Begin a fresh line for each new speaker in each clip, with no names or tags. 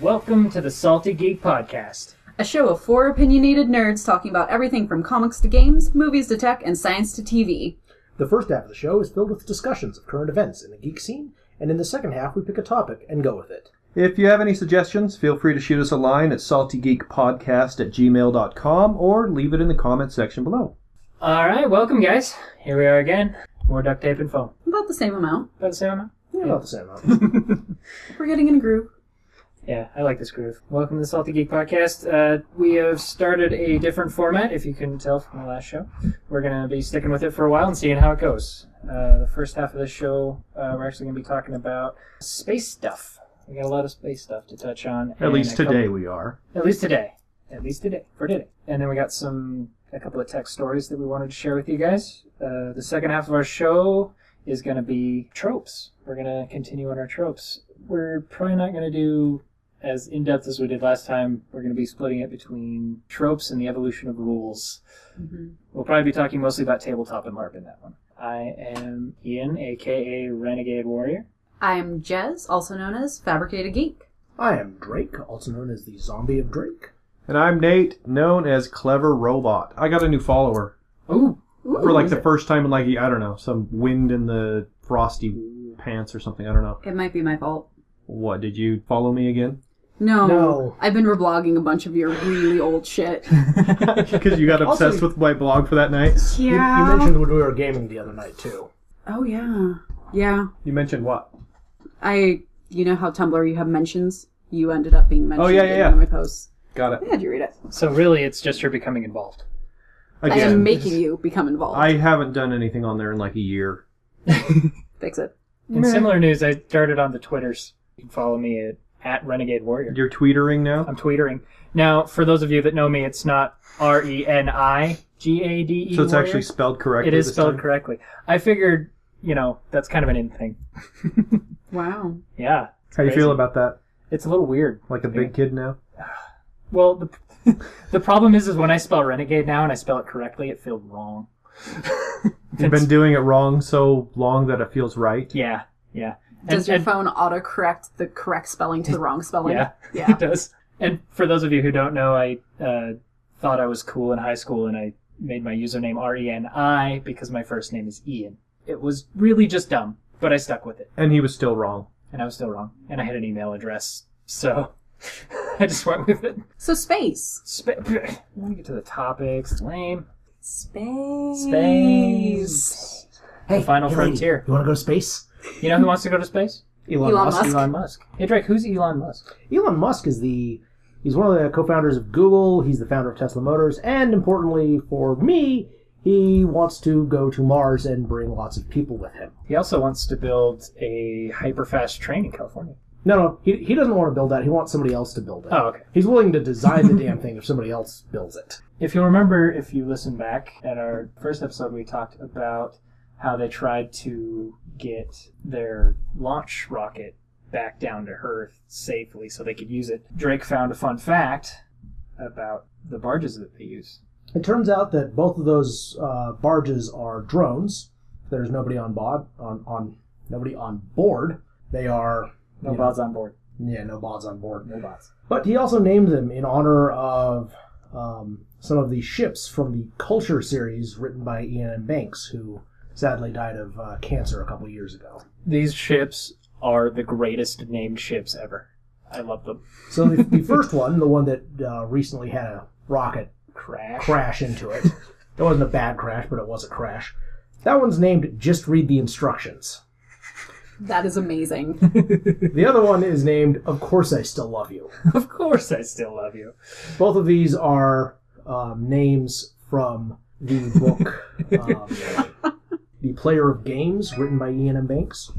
Welcome to the Salty Geek Podcast.
A show of four opinionated nerds talking about everything from comics to games, movies to tech, and science to TV.
The first half of the show is filled with discussions of current events in the geek scene, and in the second half, we pick a topic and go with it.
If you have any suggestions, feel free to shoot us a line at saltygeekpodcast at gmail.com or leave it in the comments section below.
All right, welcome, guys. Here we are again. More duct tape and foam.
About the same amount.
About the same amount?
Yeah, about the same amount.
We're getting in a groove.
Yeah, I like this groove. Welcome to the Salty Geek Podcast. Uh, we have started a different format, if you couldn't tell from the last show. We're going to be sticking with it for a while and seeing how it goes. Uh, the first half of the show, uh, we're actually going to be talking about space stuff. We got a lot of space stuff to touch on.
At
and
least
a couple-
today we are.
At least today. At least today. For today. And then we got some a couple of tech stories that we wanted to share with you guys. Uh, the second half of our show is going to be tropes. We're going to continue on our tropes. We're probably not going to do as in depth as we did last time. We're going to be splitting it between tropes and the evolution of rules. We'll probably be talking mostly about tabletop and LARP in that one. I am Ian, aka Renegade Warrior.
I'm Jez, also known as Fabricated Geek.
I am Drake, also known as the Zombie of Drake.
And I'm Nate, known as Clever Robot. I got a new follower
Ooh,
for like the first time in like, I don't know, some wind in the frosty pants or something. I don't know.
It might be my fault.
What, did you follow me again?
No.
No.
I've been reblogging a bunch of your really old shit.
Because you got
Also-
obsessed with my blog for that night?
You- You, mentioned when we were gaming the other night, too.
Oh, yeah. Yeah.
You mentioned what?
I. You know how Tumblr you have mentions? You ended up being mentioned
Oh, yeah, yeah,
in
yeah.
one of my posts.
Got it.
I had you read it.
so really it's just her becoming involved.
I am
Again,
making you become involved.
I haven't done anything on there in like a year.
Fix it.
In similar news, I started on the Twitters. You can follow me at, at Renegade Warrior.
You're tweetering now?
I'm tweetering. Now, for those of you that know me, it's not R E N I G A D E.
So it's
Warrior.
actually spelled correctly.
It is
this
spelled
time?
correctly. I figured, you know, that's kind of an in thing.
Wow.
Yeah. it's
How you
crazy.
feel about that?
It's a little weird.
Like a big kid now?
Well, the, the problem is, is when I spell Renegade now and I spell it correctly, it feels wrong.
You've been doing it wrong so long that it feels right.
Yeah. Yeah. And-
Does your
and-
phone autocorrect the correct spelling to the wrong spelling?
Yeah,
Yeah.
it does. And for those of you who don't know, I uh, thought I was cool in high school, and I made my username R E N I because my first name is Ian. It was really just dumb, but I stuck with it,
And he was still wrong.
and I was still wrong. And I had an email address, so I just went with it.
So space.
Sp- I want to get to the topics. Lame
Space.
space.
Hey,
final
lady,
frontier.
You want to go to space?
You know who wants to go to space?
Elon,
Elon
Musk.
Musk.
Elon Musk. Hey Drake, who's Elon Musk?
Elon Musk is the. He's one of the co founders of Google, he's the founder of Tesla Motors, and importantly for me, he wants to go to Mars and bring lots of people with him.
He also wants to build a hyper-fast train in California.
No, no, he, he doesn't want to build that. He wants somebody else to build it.
Oh, okay.
He's willing to design the damn thing if somebody else builds it.
If you'll remember, if you listen back at our first episode, we talked about how they tried to get their launch rocket back down to Earth safely so they could use it. Drake found a fun fact about the barges that they use.
It turns out that both of those uh, barges are drones. There's nobody on board on, on nobody on board. They are
No
Yeah.
bots on board.
yeah, no bods on board.
No bots.
But he also named them in honor of um, some of the ships from the Culture series written by Ian M. Banks, who sadly died of uh, cancer a couple years ago.
These ships are the greatest named ships ever. I love them.
So the, the first one, the one that uh, recently had a rocket
Crash.
crash into it. It wasn't a bad crash, but it was a crash. That one's named Just Read the Instructions.
That is amazing.
The other one is named Of Course I Still Love You.
Of course, I still love you.
Both of these are um, names from the book um, The Player of Games, written by Ian M. Banks.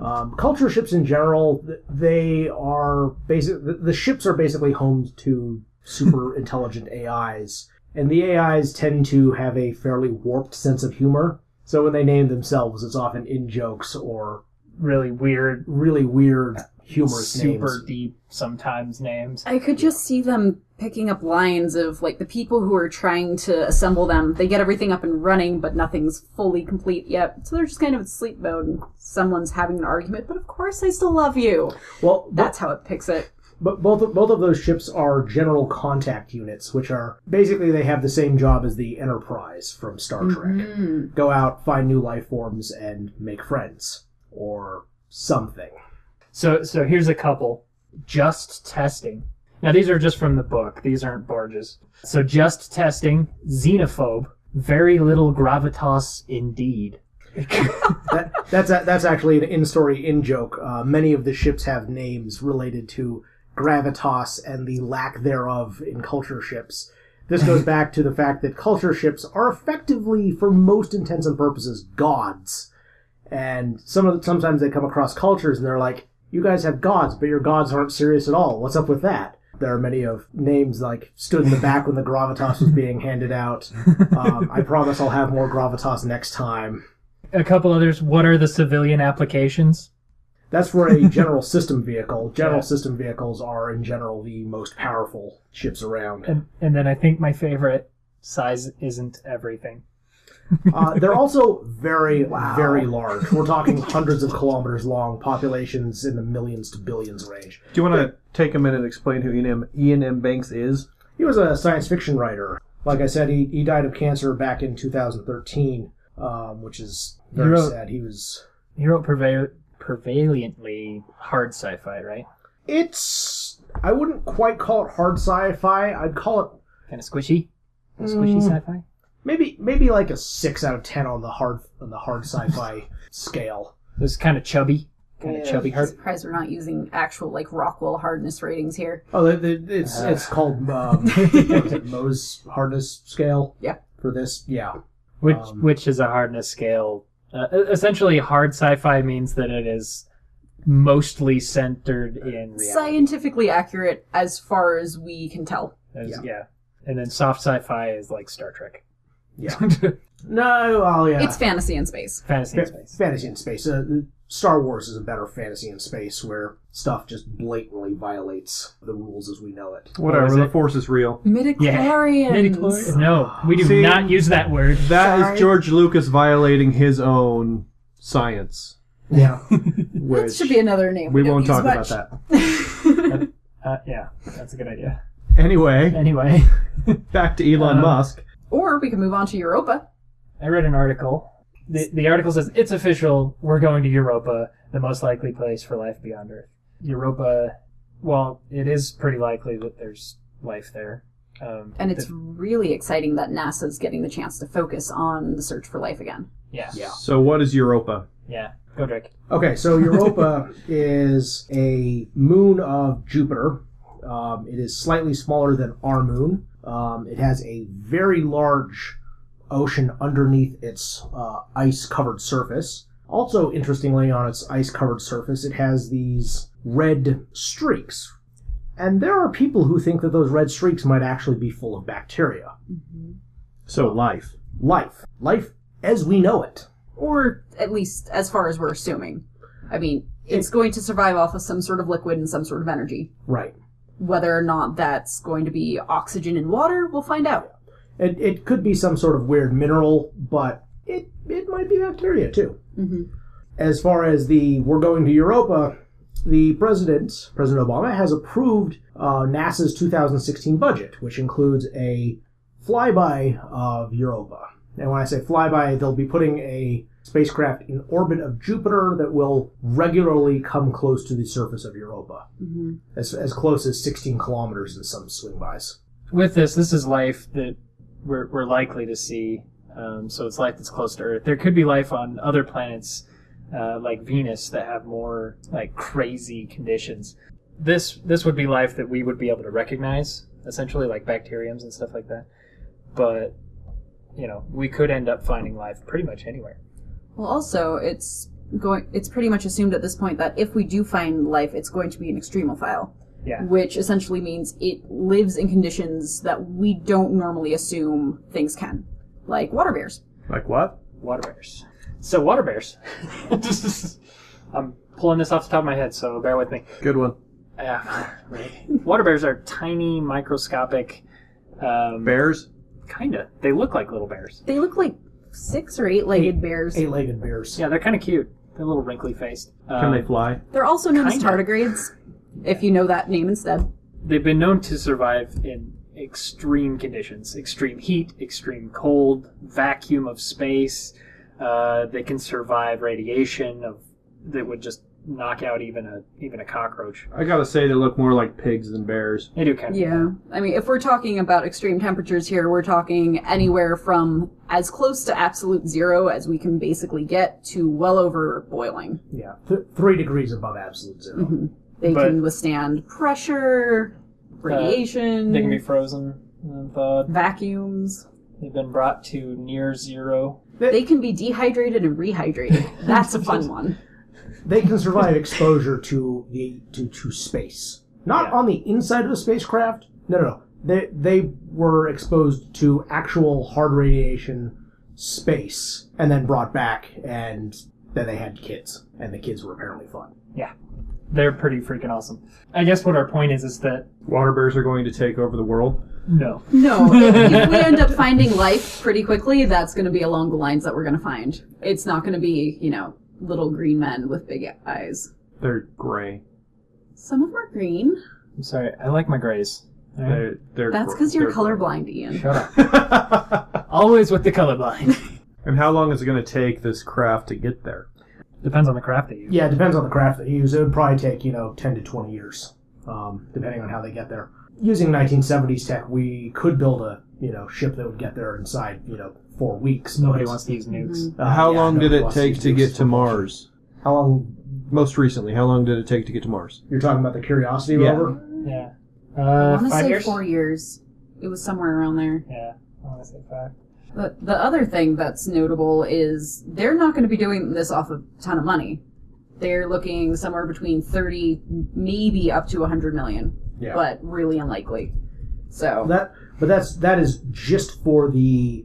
Um, culture ships in general, th- they are basic. The, the ships are basically homes to super intelligent AIs, and the AIs tend to have a fairly warped sense of humor. So when they name themselves, it's often in jokes or
Really weird,
really weird, humorous
super
names.
deep sometimes names.
I could just see them picking up lines of like the people who are trying to assemble them. They get everything up and running, but nothing's fully complete yet. So they're just kind of in sleep mode and someone's having an argument, but of course I still love you.
Well,
That's how it picks it.
But both of, both of those ships are general contact units, which are basically they have the same job as the Enterprise from Star Trek.
Mm.
Go out, find new life forms, and make friends or something.
So so here's a couple. Just testing. Now these are just from the book. These aren't barges. So just testing, xenophobe, very little gravitas indeed.
That, that's a, that's actually an in-story in-joke. Uh, many of the ships have names related to gravitas and the lack thereof in culture ships. This goes back to the fact that culture ships are effectively, for most intents and purposes, gods. And some of sometimes they come across cultures and they're like, "You guys have gods, but your gods aren't serious at all. What's up with that?" There are many of names like stood in the back when the gravitas was being handed out. Um, I promise I'll have more gravitas next time.
A couple others. What are the civilian applications?
That's for a general system vehicle. General
Yeah.
system vehicles are, in general, the most powerful ships around.
And and then I think my favorite size isn't everything.
Uh, they're also very, very large. We're talking hundreds of kilometers long, populations in the millions to billions range.
Do you want to take a minute and explain who Ian M. Ian M. Banks is?
He was a science fiction writer. Like I said, he, he died of cancer back in 2013, um, which is very
He wrote-
sad. He was.
He wrote prevail- prevalently hard sci-fi, right?
It's. I wouldn't quite call it hard sci fi. I'd call it
Kind of squishy. Kinda squishy
Mm.
sci-fi.
maybe maybe like a 6 out of 10 on the hard on the hard sci-fi scale
It was kind of chubby. Kind of
Yeah.
chubby
I'm
hard.
surprised we're not using actual like Rockwell hardness ratings here.
Oh, the, the, it's it's called um, what is it, Mohs hardness scale.
Yeah.
For this, yeah,
Which
Um,
which is a hardness scale. Uh, e- essentially, hard sci-fi means that it is mostly centered
Uh,
in reality.
Scientifically accurate as far as we can tell.
As-
yeah.
yeah. And then soft sci-fi is like Star Trek.
yeah. no, oh yeah.
It's fantasy in space.
Fantasy
Fa-
in space.
fantasy in space. Uh, Star Wars is a better fantasy in space where stuff just blatantly violates the rules as we know it.
Whatever,
Whatever,
the
the force is real.
Midichlorians.
No, we do
See-
not use that word.
That is
Sorry.
George Lucas violating his own science.
Yeah,
That
Which
should be another name.
we won't talk about that.
that.
Uh, yeah, that's a good idea.
Anyway,
Anyway,
back to Elon
Um,
Musk.
or we can move on to Europa.
I read an article. The, the article says it's official. We're going to Europa, the most likely place for life beyond Earth. Europa, well, it is pretty likely that there's life there. Um,
And it's
the-
really exciting that NASA's getting the chance to focus on the search for life again.
yeah,
yeah.
So, what is Europa?
yeah. Go Drake.
Okay, so Europa is a moon of Jupiter. Um, it is slightly smaller than our moon. Um, it has a very large ocean underneath its uh, ice covered surface. Also, interestingly, on its ice covered surface, it has these red streaks. And there are people who think that those red streaks might actually be full of bacteria.
So, life.
Life. Life as we know it.
Or at least as far as we're assuming. I mean, it's going to survive off of some sort of liquid and some sort of energy.
Right.
Whether or not that's going to be oxygen and water, we'll find out.
It, it could be some sort of weird mineral, but it, it might be bacteria too.
hmm
As far as the we're going to Europa, the president, President Obama, has approved uh, NASA's 2016 budget, which includes a flyby of Europa. And when I say flyby, they'll be putting a spacecraft in orbit of Jupiter that will regularly come close to the surface of Europa,
hmm
as, as close as 16 kilometers in some swing bys.
with this, this is life that we're, we're likely to see. Um, so it's life that's close to Earth. There could be life on other planets, uh, like Venus, that have more like crazy conditions. This this would be life that we would be able to recognize, essentially, like bacteriums and stuff like that. But you know, we could end up finding life pretty much anywhere.
Well, also, it's going. It's pretty much assumed at this point that if we do find life, it's going to be an extremophile,
Yeah.
which essentially means it lives in conditions that we don't normally assume things can, like water bears.
Like what?
Water bears. So water bears. I'm pulling this off the top of my head, so bear with me.
Good one.
Yeah, right. Water bears are tiny, microscopic. Um,
Bears?
Kinda. They look like little bears.
They look like six or eight-legged bears.
Eight legged bears.
Yeah, they're kind of cute. They're a little wrinkly faced.
Can
Um,
they fly?
They're also known as
Kinda.
tardigrades. if you know that name instead.
They've been known to survive in extreme conditions extreme heat, extreme cold, vacuum of space. Uh, they can survive radiation of that would just knock out even a even a cockroach.
I gotta say, they look more like pigs than bears.
They do kind of
Yeah. I mean, if we're talking about extreme temperatures here, we're talking anywhere from as close to absolute zero as we can basically get to well over boiling.
Yeah, th- three degrees above absolute 0
Mm-hmm.
They
But- uh,
can withstand pressure, radiation,
They can be frozen and thawed.
vacuums.
They've been brought to near zero.
They can be dehydrated and rehydrated. That's a fun one.
They can survive exposure to the to, to space, not
Yeah.
on the inside of a spacecraft. No, no, no. They they were exposed to actual hard radiation, space, and then brought back, and then they had kids, and the kids were apparently fun.
They're pretty freaking awesome. I guess what our point is is that
Water bears are going to take over the world.
no.
No, if, if we end up finding life pretty quickly, that's going to be along the lines that we're going to find. It's not going to be, you know, little green men with big eyes.
They're gray.
Some of them are green.
I'm sorry. I like my grays. All right?
They're, they're
That's
gr-
because you're
they're
colorblind, Ian.
Shut up.
gray.
Always with the colorblind.
and how long is it going to take this craft to get there?
Depends on the craft that you.
Yeah, it depends on the craft they use. It would probably take, you know, 10 to 20 years, um, depending on how they get there. Using 1970s tech, we could build a, you know, ship that would get there inside, you know, four weeks.
Nobody
but,
wants to use nukes.
Mm-hmm.
uh,
how
yeah,
long did
nobody
it
wants
take
use
to
nukes
get to
for-
Mars?
How long?
Most recently, how long did it take to get to Mars?
You're talking about the Curiosity
Yeah.
rover?
Yeah.
Mm-hmm. I
Uh,
want to
five
say
years.
four years. It was somewhere around there.
Yeah. I want to say five.
But the other thing that's notable is they're not going to be doing this off of a ton of money. They're looking somewhere between 30, maybe up to 100 million,
Yeah.
but really unlikely. So,
That, but that's that is just for the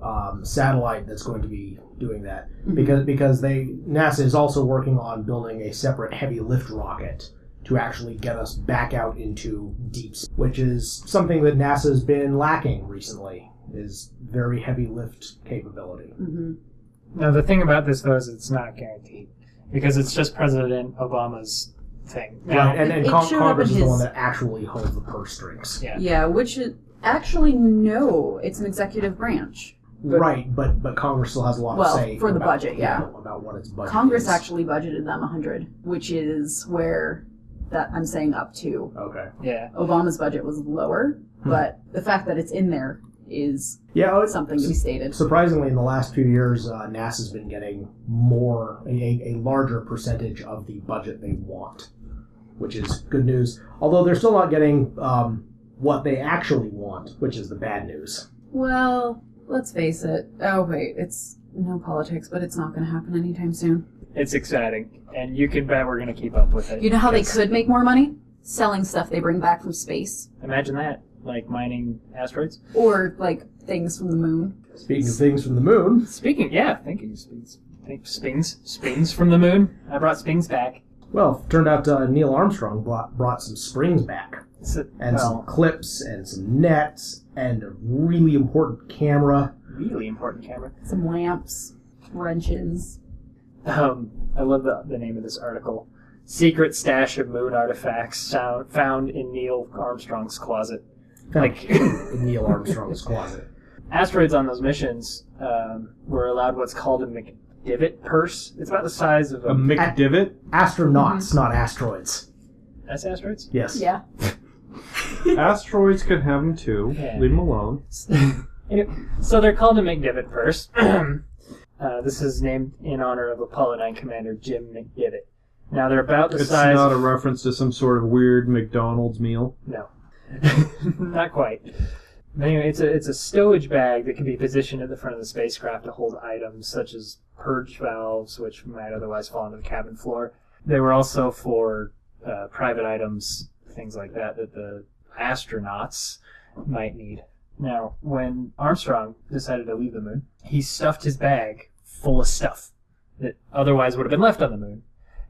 um, satellite that's going to be doing that
mm-hmm.
because because they NASA is also working on building a separate heavy lift rocket to actually get us back out into deep, space, which is something that NASA's been lacking recently is very heavy lift capability.
mhm.
Now the thing about this though is it's not guaranteed because it's just President Obama's thing. Now,
Right, and, and
It
Con-
showed up
Congress
in
is the
his-
one that actually holds the purse strings.
Yeah.
yeah, which is, actually, no, it's an executive branch.
But-
right, but but Congress still has a lot
Well,
to say
for the
about-
budget, yeah.
about what its budget.
Congress
is.
actually budgeted them 100, which is where that I'm saying up to.
Okay.
Yeah.
Obama's budget was lower,
Hmm.
but the fact that it's in there is
Yeah, oh, it's-
something to be stated.
Surprisingly, in the last few years, uh, NASA's been getting more, a, a larger percentage of the budget they want, which is good news. Although they're still not getting um, what they actually want, which is the bad news.
Well, let's face it. Oh, wait, it's no politics, but it's not going to happen anytime soon.
It's exciting, and you can bet we're gonna keep up with it.
You know how they
because-
could make more money? Selling stuff they bring back from space
Imagine that, like mining asteroids.
or like things from the moon.
Speaking of things from the moon,
Speaking, yeah, thank you, Spings. Thank Spings, Spings from the moon. I brought Spings back.
well, turned out uh, Neil Armstrong brought, brought some springs back,
So,
and some
well,
clips, and some nets, and a really important camera.
really important camera.
Some lamps, wrenches.
Um, I love the, the name of this article. Secret stash of moon artifacts found, found in Neil Armstrong's closet. Like.
in Neil Armstrong's closet.
asteroids on those missions um, were allowed what's called a McDivitt purse. It's about the size of a.
A McDivitt?
Astronauts, not asteroids.
that's asteroids?
Yes.
Yeah.
Asteroids could have them too.
Yeah.
Leave them alone.
Anyway, so they're called a McDivitt purse. uh, this is named in honor of Apollo 9 commander Jim McDivitt. Now they're about the
It's
size.
not a
of-
reference to some sort of weird McDonald's meal.
No. Not quite. But anyway, it's a it's a stowage bag that can be positioned at the front of the spacecraft to hold items such as purge valves, which might otherwise fall onto the cabin floor. They were also for uh, private items, things like that, that the astronauts might need. Now, when Armstrong decided to leave the moon, he stuffed his bag full of stuff that otherwise would have been left on the moon,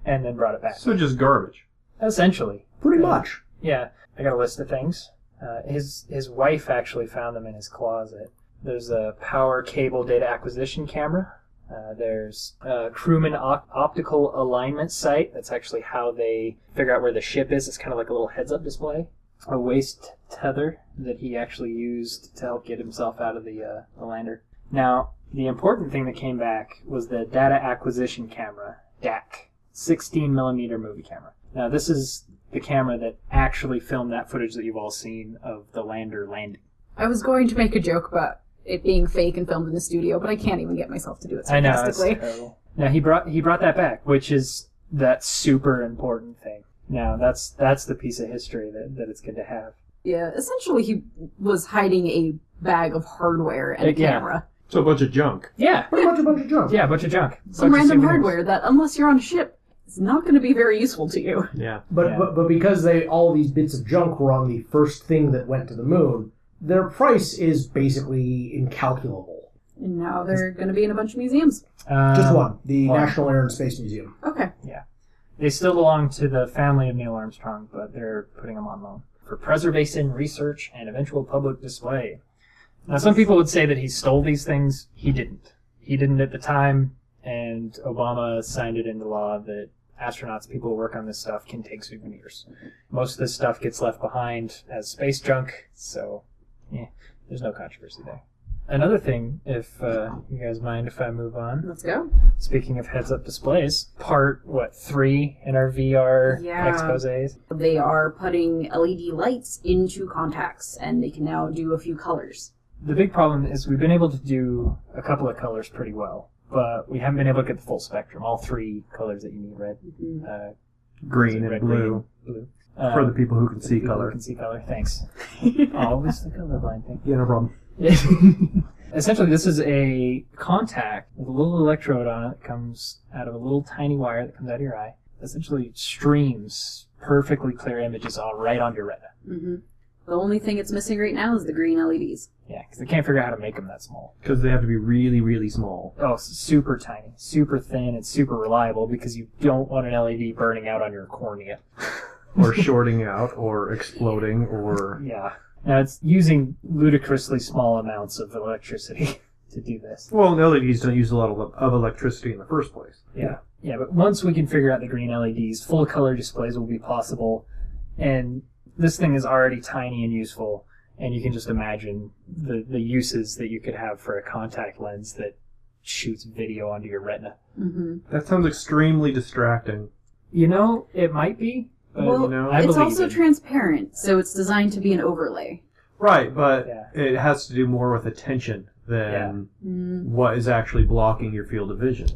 and then brought it back.
So just garbage.
Essentially,
Pretty much.
yeah, I got a list of things. Uh, his his wife actually found them in his closet. There's a power cable data acquisition camera, Uh, there's uh, crewman op- optical alignment sight. That's actually how they figure out where the ship is. It's kind of like a little heads-up display. A waist tether that he actually used to help get himself out of the, uh, the lander. Now, the important thing that came back was the data acquisition camera, DAC, 16 millimeter movie camera. Now, this is the camera that actually filmed that footage that you've all seen of the lander landing.
I was going to make a joke about it being fake and filmed in the studio, but I can't even get myself to do it
I know. It's
sarcastically.
terrible. Now he brought he brought that back, which is that super important thing. Now that's that's the piece of history that, that it's good to have.
Yeah, essentially he was hiding a bag of hardware and a
Yeah.
camera.
So a bunch of junk.
Yeah,
Pretty much a bunch of junk.
yeah, a bunch of junk,
Some
Bunch of
random
souvenirs.
hardware that, unless you're on a ship, is not going to be very useful to you.
Yeah.
But,
Yeah.
but but because they all these bits of junk were on the first thing that went to the moon, their price is basically incalculable.
And now they're going to be in a bunch of museums.
Um,
Just one, the
one.
National Air and Space Museum.
Okay.
They still belong to the family of Neil Armstrong, but they're putting them on loan for preservation, research, and eventual public display. Now, some people would say that he stole these things. He didn't. He didn't at the time, and Obama signed it into law that astronauts, people who work on this stuff, can take souvenirs. Most of this stuff gets left behind as space junk, so yeah, there's no controversy there. Another thing, if uh, you guys mind if I move on,
Let's go.
Speaking of heads up displays, part what three in our VR
Yeah.
exposes?
They are putting LED lights into contacts, and they can now do a few colors.
The big problem is we've been able to do a couple of colors pretty well, but we haven't been able to get the full spectrum, all three colors that you need: red,
Mhm.
uh,
Green
red,
and blue.
green, blue.
For
Um,
the people who can see
people who
color.
Can see color. Thanks. Always the colorblind thing.
Yeah, no problem.
Essentially, this is a contact with a little electrode on it that comes out of a little tiny wire that comes out of your eye. Essentially, streams perfectly clear images all right onto your retina.
hmm The only thing it's missing right now is the green E LEDs.
Yeah, because they can't figure out how to make them that small.
Because they have to be really, really small.
Oh, s- super tiny, super thin, and super reliable because you don't want an LED burning out on your cornea.
Or shorting out, or exploding, or.
Yeah. Now it's using ludicrously small amounts of electricity to do this.
Well, LEDs don't use a lot of, of electricity in the first place.
Yeah. Yeah, but once we can figure out the green LEDs, full color displays will be possible. And this thing is already tiny and useful, and you can just imagine the, the uses that you could have for a contact lens that shoots video onto your retina.
Mm-hmm.
That sounds extremely distracting.
You know, it might be, but
Well,
you know,
I
it's
believe
also
it.
transparent, so it's designed to be an overlay.
Right, but
Yeah.
it has to do more with attention than
Mm.
what is actually blocking your field of vision.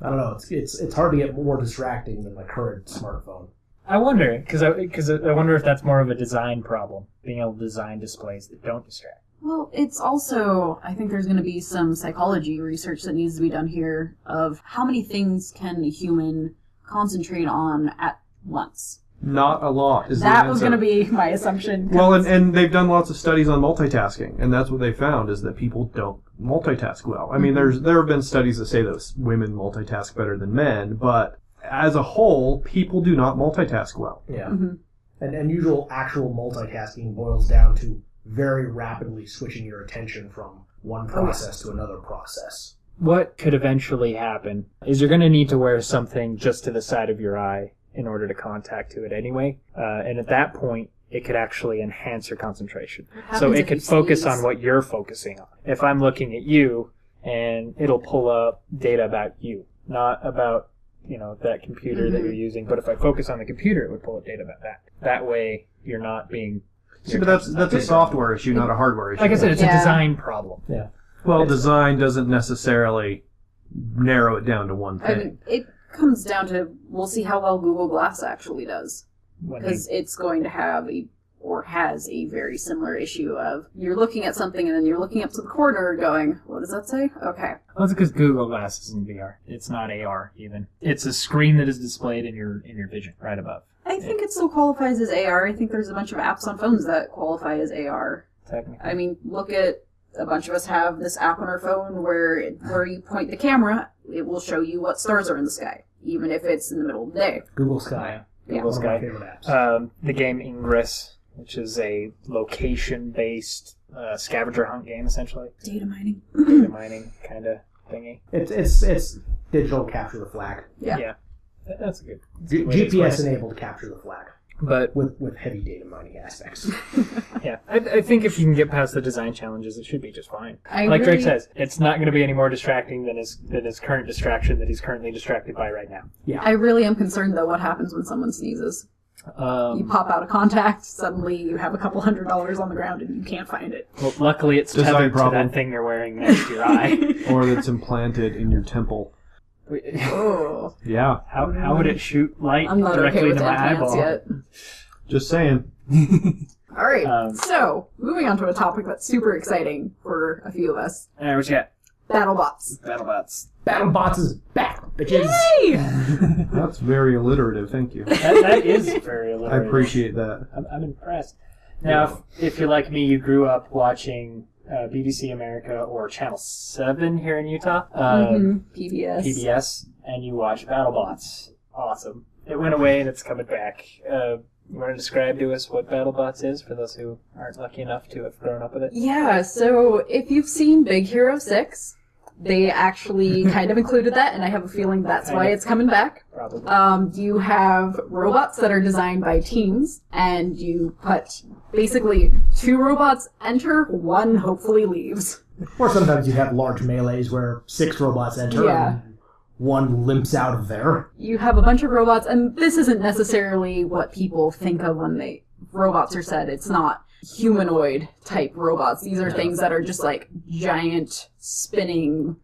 I don't know. It's it's, it's hard to get more distracting than my current smartphone.
I wonder because I because I wonder if that's more of a design problem, being able to design displays that don't distract.
Well, it's also, I think there's going to be some psychology research that needs to be done here of how many things can a human concentrate on at once.
Not a lot is
that
the
was
answer.
going to be my assumption. 'cause-
Well, and, and they've done lots of studies on multitasking, and that's what they found is that people don't multitask well. I mean,
Mm-hmm.
there's there have been studies that say that s- women multitask better than men, but as a whole, people do not multitask well.
Yeah.
Mm.
Mhm.
And and usual actual multitasking boils down to very rapidly switching your attention from one process to another process.
What could eventually happen is you're going to need to wear something just to the side of your eye in order to contact to it anyway, uh, and at that point. It could actually enhance your concentration. So
happens
it
if you
could focus
sneeze?
on what you're focusing on. If I'm looking at you, and it'll pull up data about you, not about, you know, that computer that
Mhm.
you're using. But if I focus on the computer, it would pull up data about that. That way, you're not being.
See, but that's that's a software issue, not a hardware issue.
Like I said, it's
Yeah.
a design problem.
well, design doesn't necessarily narrow it down to one
I
thing.
mean, it comes down to we'll see how well Google Glass actually does.
When they-
because it's going to have a or has a very similar issue of you're looking at something and then you're looking up to the corner going, what does that say? Okay.
Well, that's because Google Glass is in VR. It's not AR even. It's a screen that is displayed in your in your vision right above.
I think it still qualifies as AR. I think there's a bunch of apps on phones that qualify as AR.
Technically.
I mean, look at a bunch of us have this app on our phone where it- where you point the camera, it will show you what stars are in the sky, even if it's in the middle of the day.
Google Sky.
Yeah.
Google
one of my
Sky.
favorite apps.
um, the game Ingress, which is a location-based uh, scavenger hunt game, essentially
Data mining.
data mining kind of thingy.
It's it's it's digital capture the flag.
Yeah.
That- That's good.
G-
way to
GPS
explain it.
enabled capture the flag
But
with with heavy data mining aspects.
yeah, I, I think if you can get past the design challenges, it should be just fine.
I
like
really,
Drake says, it's not going to be any more distracting than his than his current distraction that he's currently distracted by right now.
I really am concerned though what happens when someone sneezes. You
Um,
pop out of contact, suddenly you have a couple hundred dollars on the ground and you can't find it.
well, luckily, it's
Design
tethered to
problem.
that thing you're wearing next to your eye.
or that's implanted in your temple.
oh,
Yeah,
How, how would it shoot light
I'm not
directly
okay with
into my
implants
eyeball?
yet.
just saying.
All right.
Um,
so, moving on to a topic that's super exciting for a few of us:
All right, what you got?
BattleBots.
BattleBots.
BattleBots is back, bitches.
Yay!
That's very alliterative. Thank you.
That, that is very
I
alliterative.
appreciate that.
I'm, I'm impressed. Now, if, if you're like me, you grew up watching uh, BBC America or Channel 7 here in Utah, uh,
Mhm, PBS.
PBS, and you watch BattleBots. Awesome. It went away and it's coming back. Uh, you want to describe to us what BattleBots is for those who aren't lucky enough to have grown up with it?
Yeah, so if you've seen Big Hero 6, they actually kind of included that, and I have a feeling that's why it's coming back.
Probably.
Um, you have robots that are designed by teams, and you put basically two robots enter, one hopefully leaves.
Or sometimes you have large melees where six robots enter
Yeah.
and one limps out of there.
You have a bunch of robots, and this isn't necessarily what people think of when they robots are said. It's not humanoid type robots. These are things that are just like giant spinning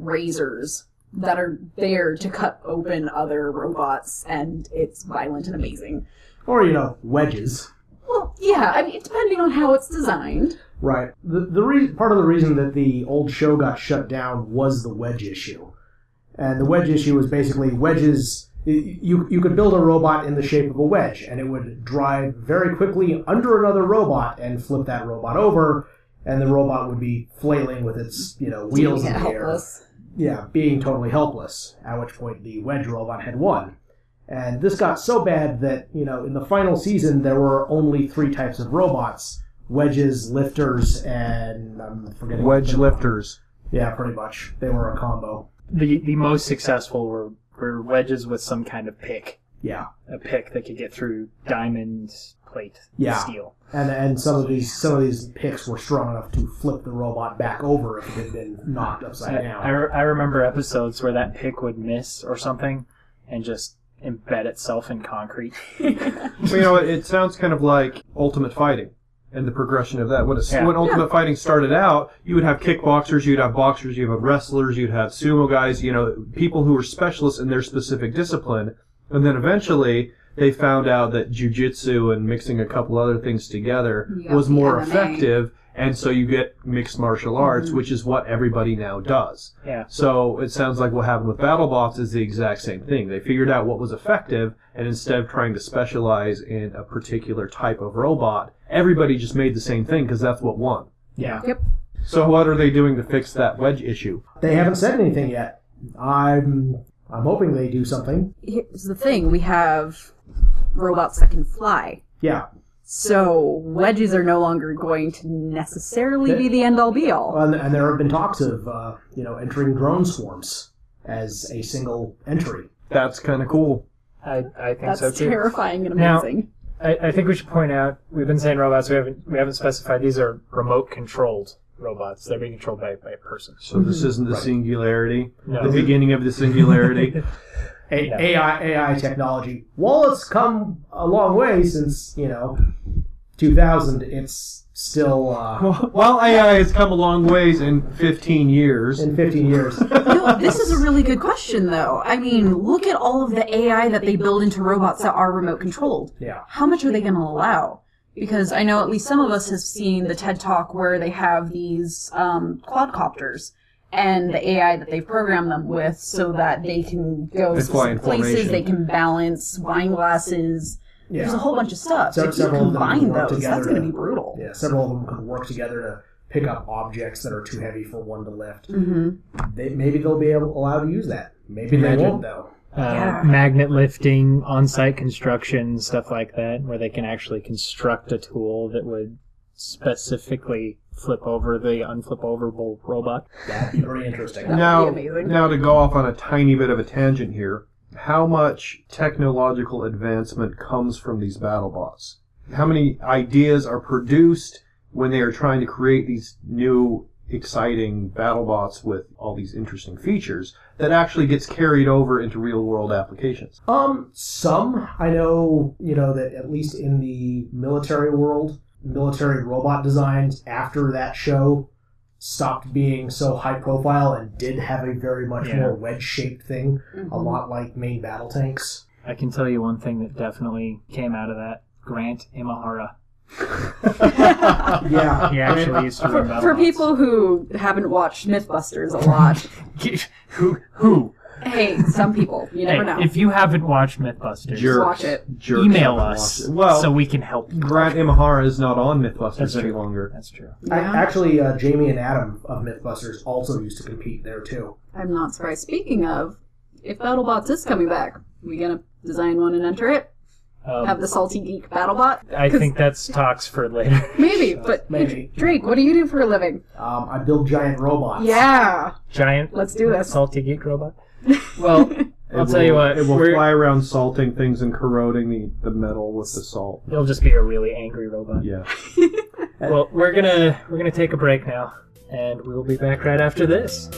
razors that are there to cut open other robots, and it's violent and amazing.
Or, you know, wedges.
Well, yeah, I mean, depending on how it's designed.
Right. The, the re- part of the reason that the old show got shut down was the wedge issue. And the wedge issue was basically wedges. y- You, you could build a robot in the shape of a wedge, and it would drive very quickly under another robot and flip that robot over, and the robot would be flailing with its you know wheels in
Yeah,
the air.
helpless.
yeah, being totally helpless, at which point the Wedge robot had won. And this got so bad that, you know, in the final season, there were only three types of robots wedges, lifters, and I'm forgetting.
Wedge lifters.
Yeah, pretty much. They were a combo.
The, the most successful were, were wedges with some kind of pick.
Yeah.
a pick that could get through diamond plate
Yeah.
steel.
And, and some of these some of these picks were strong enough to flip the robot back over if it had been knocked
I,
upside
I,
down.
re- I remember episodes where that pick would miss or something and just embed itself in concrete.
Well, you know, it, it sounds kind of like Ultimate Fighting and the progression of that. When, it's
Yeah.
when Ultimate Fighting started out, you would have kickboxers, you'd have boxers, you'd have wrestlers, you'd have sumo guys, you know, people who were specialists in their specific discipline. And then eventually, they found out that jujitsu and mixing a couple other things together
Yeah,
was
the
more
MMA.
effective. And so you get mixed martial arts, which is what everybody now does.
Yeah.
So it sounds like what happened with BattleBots is the exact same thing. They figured out what was effective, and instead of trying to specialize in a particular type of robot, everybody just made the same thing because that's what won.
Yeah.
So what are they doing to fix that wedge issue?
They haven't said anything yet. I'm I'm hoping they do something.
Here's the thing we have robots that can fly.
Yeah.
So wedges are no longer going to necessarily be the end all be all.
And, and there have been talks of uh, you know entering drone swarms as a single entry.
That's kind of cool.
I, I think
That's
so too.
terrifying and
Now-
amazing.
I, I think we should point out we've been saying robots, we haven't we haven't specified these are remote controlled robots. They're being controlled by, by a person. Um,
So this isn't the
Right.
singularity,
No.
the beginning of the singularity.
A-
Yeah.
AI AI technology. While it's come a long way since you know 2000, it's still uh,
While AI has come a long ways in 15 years,
in 15 years.
no, this is a really good question though. I mean, look at all of the AI that they build into robots that are remote controlled.
Yeah,
How much are they going to allow? Because I know at least some of us have seen the TED Talk where they have these um, quadcopters and the AI that they've programmed them with so that they can go
They fly in
specific places,
formation.
they can balance wine glasses, There's a
yeah,
whole bunch of stuff.
So
So if you
several of them
combine
work
those, that's
together
going to
to-
be brutal.
yeah. Several of them could work together to pick up objects that are too heavy for one to lift.
Mm-hmm.
They, maybe they'll be able, allowed to use that. Maybe they
Imagine.
won't though.
Uh,
Yeah.
Magnet lifting, on site construction, stuff like that, where they can actually construct a tool that would specifically flip over the unflip overable robot.
That'd be very interesting.
would
now,
be amazing.
now to go off on a tiny bit of a tangent here, how much technological advancement comes from these battle bots? How many ideas are produced when they are trying to create these new exciting battle bots with all these interesting features that actually gets carried over into real world applications?
Um, some I know, you know that at least in the military world, military robot designs after that show stopped being so high profile and did have a very much
Yeah.
more wedge shaped thing, a
Mhm.
lot like main battle tanks.
I can tell you one thing that definitely came out of that. Grant Imahara.
Yeah.
He actually used to run
For,
battle
for
bots.
people who haven't watched MythBusters a lot,
who who
hey, some people you never
Hey,
know.
if you haven't watched MythBusters,
Jerks.
watch it.
Jerks
email
haven't
us
watched it. Well,
so we can help. you.
Grant Imahara is not on
That's
MythBusters any
true.
longer.
That's true.
I,
Yeah,
actually, uh, Jamie and Adam of MythBusters also used to compete there too.
I'm not surprised. Speaking of, if BattleBots is coming back, we gonna design one and enter it? Have
Um,
the salty geek BattleBot?
I think that's talks for later.
Maybe, but
Maybe.
Drake, what do you do for a living?
Um, I build giant robots.
Yeah,
Giant
let's do this.
salty geek robot. Well,
It
I'll tell you
will-
what,
It will
we're-
fly around salting things and corroding the, the metal with the salt.
it'll just be a really angry robot.
Yeah.
Well, we're gonna we're gonna take a break now, and we will be back right after this.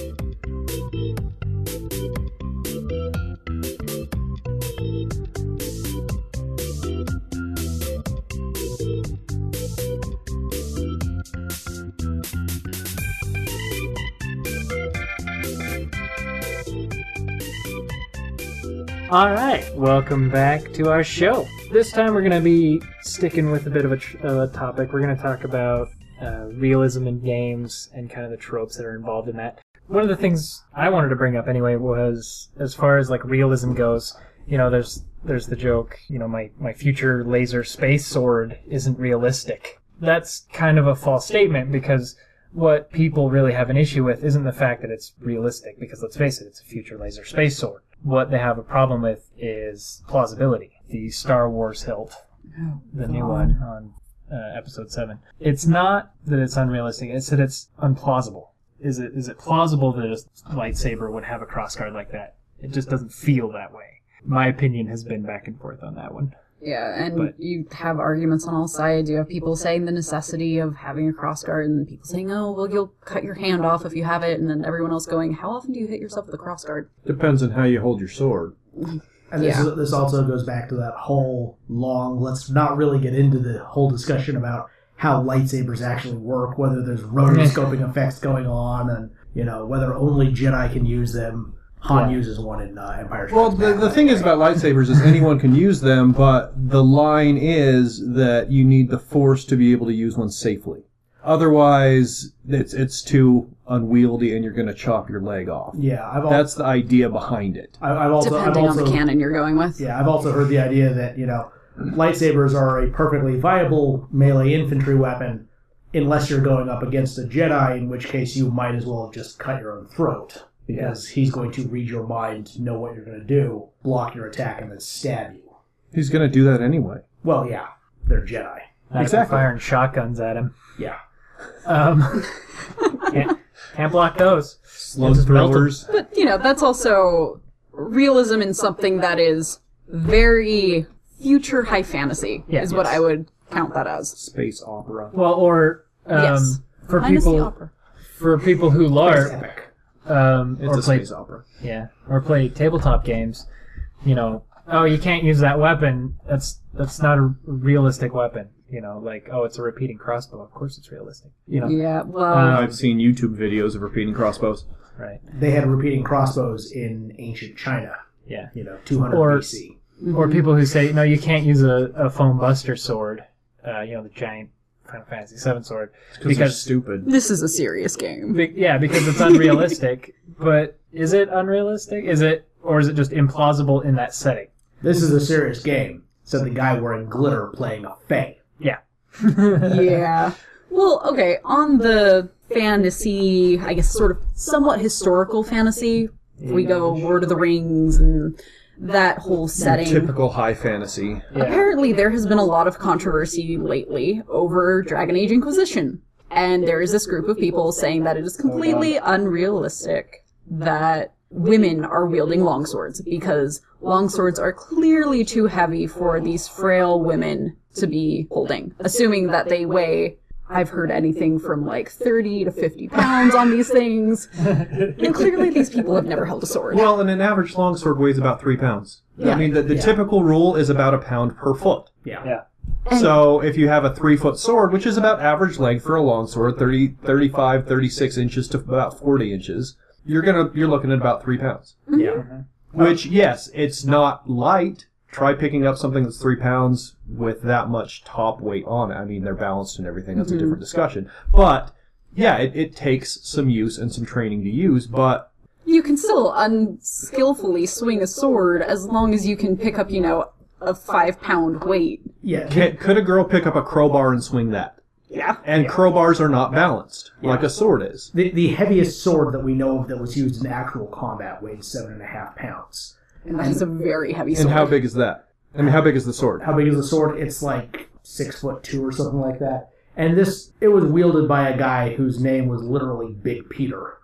All right, welcome back to our show. This time we're going to be sticking with a bit of a, tr- of a topic. We're going to talk about uh, realism in games and kind of the tropes that are involved in that. One of the things I wanted to bring up anyway was as far as like realism goes, you know, there's there's the joke, you know, my my future laser space sword isn't realistic. That's kind of a false statement because what people really have an issue with isn't the fact that it's realistic, because let's face it, it's a future laser space sword. What they have a problem with is plausibility. The Star Wars hilt, the new one on uh, Episode Seven. It's not that it's unrealistic; it's that it's unplausible. Is it is it plausible that a lightsaber would have a crossguard like that? It just doesn't feel that way. My opinion has been back and forth on that one.
Yeah, and
But-
you have arguments on all sides. You have people saying the necessity of having a cross guard, and people saying, "Oh, well, you'll cut your hand off if you have it," and then everyone else going, "How often do you hit yourself with a cross guard?"
Depends on how you hold your sword.
And this,
Yeah.
is, this also goes back to that whole long, let's not really get into the whole discussion about how lightsabers actually work, whether there's rotoscoping effects going on, and, you know, whether only Jedi can use them. Han
Yeah.
uses one in uh, Empire Strikes
Well, the,
Back.
the thing is about lightsabers is anyone can use them, but the line is that you need the force to be able to use one safely. Otherwise, it's it's too unwieldy, and you're going to chop your leg off.
Yeah, I've, al-
That's the idea behind it.
I, I've also... I've
Depending on
also,
the canon you're going with.
Yeah, I've also heard the idea that, you know, lightsabers are a perfectly viable melee infantry weapon unless you're going up against a Jedi, in which case you might as well have just cut your own throat because he's going to read your mind, know what you're going to do, block your attack, and then stab you.
Who's going to do that anyway?
Well, yeah, they're Jedi.
Not if you're
Exactly.
firing shotguns at him.
Yeah.
Um, can't, can't block those.
Slow
It's just melted.
throwers.
But you know, that's also realism in something that is very future high fantasy.
Yeah,
is what
yes.
I would count that as.
Space opera.
Well, or um,
Yes.
for
Minus the
people
opera.
for people who
It's
LARP
epic.
um,
It's
or
a
play
space opera.
yeah or play tabletop games, you know, oh you can't use that weapon. That's that's not a realistic weapon. You know, like oh it's a repeating crossbow. Of course it's realistic. You know,
Yeah. Well.
Uh,
I've seen YouTube videos of repeating crossbows.
right?
They had repeating crossbows in ancient China,
Yeah.
you know, 200
Or-
BC.
Or
Mm-hmm.
people who say no, you can't use a, a foam buster sword. Uh, you know, the giant Final Fantasy VII sword.
because
Because-
stupid.
this is a serious game.
Be- yeah, because it's unrealistic. but is it unrealistic? Is it, or is it just implausible in that setting?
This is a serious game, said the guy wearing glitter playing a Fae.
yeah. Well, okay, on the fantasy, I guess sort of somewhat historical fantasy, we go Lord of the Rings and that whole setting.
Typical high fantasy.
Yeah.
Apparently, there has been a lot of controversy lately over Dragon Age Inquisition. And there is this group of people saying that it is completely unrealistic that women are wielding longswords because longswords are clearly too heavy for these frail women to be holding, assuming that they weigh. I've heard anything from like 30 to 50 pounds on these things. And clearly, these people have never held a sword.
Well, and an average longsword weighs about three pounds. I
Yeah.
mean, the, the typical rule is about a pound per foot.
Yeah.
Yeah.
And-
So if you have a three foot sword, which is about average length for a longsword, 30, 35, 36 inches to about 40 inches, you're gonna you're looking at about three pounds.
Yeah.
Which, yes, it's not light. Try picking up something that's three pounds with that much top weight on it. I mean, they're balanced and everything. That's a
Mm-hmm.
different discussion. But yeah, it, it takes some use and some training to use. But
You can still unskillfully swing a sword as long as you can pick up, you know, a five pound weight.
Yeah.
can, could a girl pick up a crowbar and swing that?
Yeah.
And crowbars are not balanced like a sword is.
The, the heaviest sword that we know of that was used in actual combat weighed seven and a half pounds.
And that is a very heavy sword.
And how big is that? I mean, how big is the sword?
How big is the sword? It's like six foot two or something like that. And this, it was wielded by a guy whose name was literally Big Peter.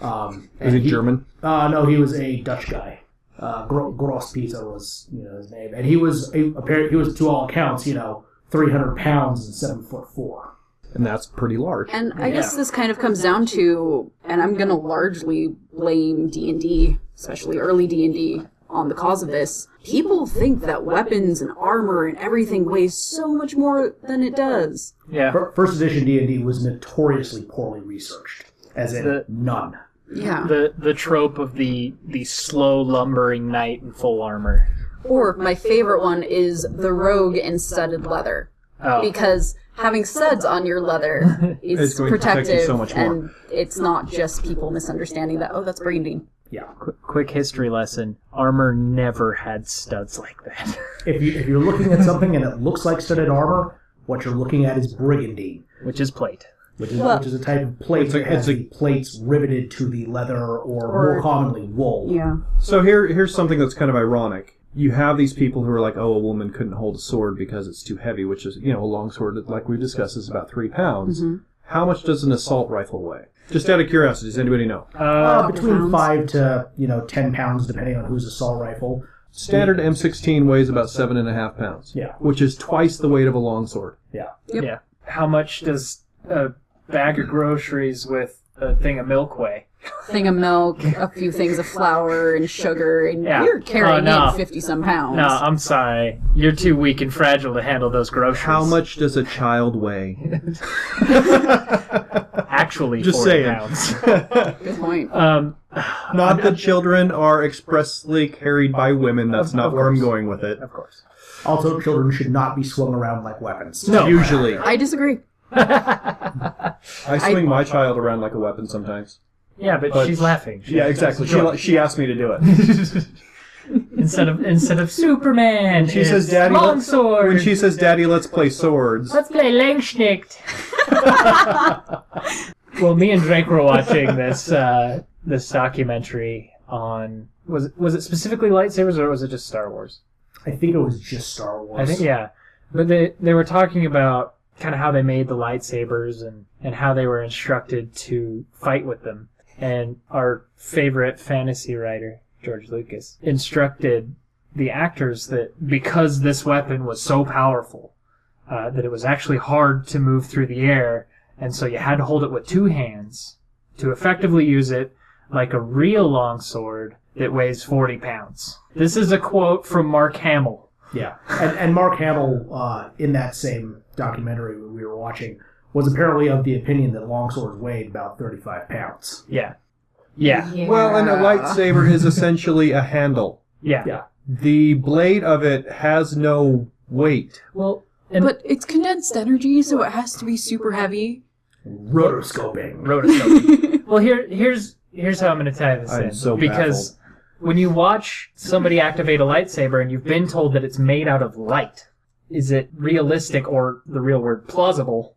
Um,
Is
and
it
he-
German?
Uh, no, he was a Dutch guy. Uh, Gro- Gross Peter was you know his name, and he was he, apparently he was to all accounts you know three hundred pounds and seven foot four.
And that's pretty large.
And I guess
Yeah.
this kind of comes down to, and I'm going to largely blame D&D, especially early D&D, on the cause of this. People think that weapons and armor and everything weighs so much more than it does.
Yeah.
Fir- First edition D and D was notoriously poorly researched, as in
The-
none.
Yeah.
The the trope of the the slow lumbering knight in full armor.
Or my favorite one is the rogue in studded leather.
Oh.
because having studs on your leather is
It's going to protect you
protective
so much more.
and it's not just people misunderstanding that oh that's branding
Qu- quick history lesson: armor never had studs like that.
If you if you're looking at something and it looks like studded armor, what you're looking at is brigandine,
which is plate.
which is
Well-
which is a type of plate
It's a-
that has
it's a-
the plates riveted to the leather or, more commonly wool. Uh,
yeah
So here, here's something that's kind of ironic. You have these people who are like, "Oh, a woman couldn't hold a sword because it's too heavy," which is, you know, a long sword, like we discussed, is about three pounds.
Mm-hmm.
How much does an assault rifle weigh? Just out of curiosity, does anybody know?
Uh,
Uh, between
pounds.
five to you know ten pounds, depending on whose assault rifle.
Standard M16 weighs about seven and a half pounds.
Yeah.
Which is twice the weight of a long sword.
Yeah.
Yep.
Yeah. How much does a bag of groceries with a thing of milk weigh?
thing of milk a few things of flour and sugar and
Yeah.
you're carrying
Oh, no.
in 50 some pounds
No, I'm sorry. You're too weak and fragile to handle those groceries.
How much does a child weigh?
Actually,
Just
40
saying.
pounds.
good point
Um,
Not that children are expressly carried by women. That's not where I'm going with it.
of course.
Also, children should not be swung around like weapons.
No.
Usually,
i disagree
I swing my child around like a weapon sometimes.
Yeah, but,
But-
she's laughing. She
Yeah, exactly. She,
Sure.
li- she asked me to do it.
instead of instead of Superman,
She says,
it's
"Daddy, let's-"
longsword."
When she says, "Daddy, let's play swords,"
Let's play Langschnicht. well, me and Drake were watching this uh, this documentary on was it, was it specifically lightsabers or was it just Star Wars?
I think it was just Star Wars.
I think yeah, but they they were talking about kind of how they made the lightsabers and and how they were instructed to fight with them. And our favorite fantasy writer George Lucas instructed the actors that because this weapon was so powerful uh, that it was actually hard to move through the air, and so you had to hold it with two hands to effectively use it like a real longsword that weighs 40 pounds. This is a quote from Mark Hamill.
Yeah. And, and Mark Hamill, uh, in that same documentary we were watching, was apparently of the opinion that longswords weighed about 35 pounds.
Yeah. Yeah.
well, and a lightsaber is essentially a handle.
Yeah.
Yeah.
The blade of it has no weight.
Well, and
but it's condensed energy so it has to be super heavy
Rotoscoping.
rotoscoping. well, here here's here's how I'm going to tie this
I'm
in
so
because when you watch somebody activate a lightsaber and you've been told that it's made out of light, is it realistic or the real word plausible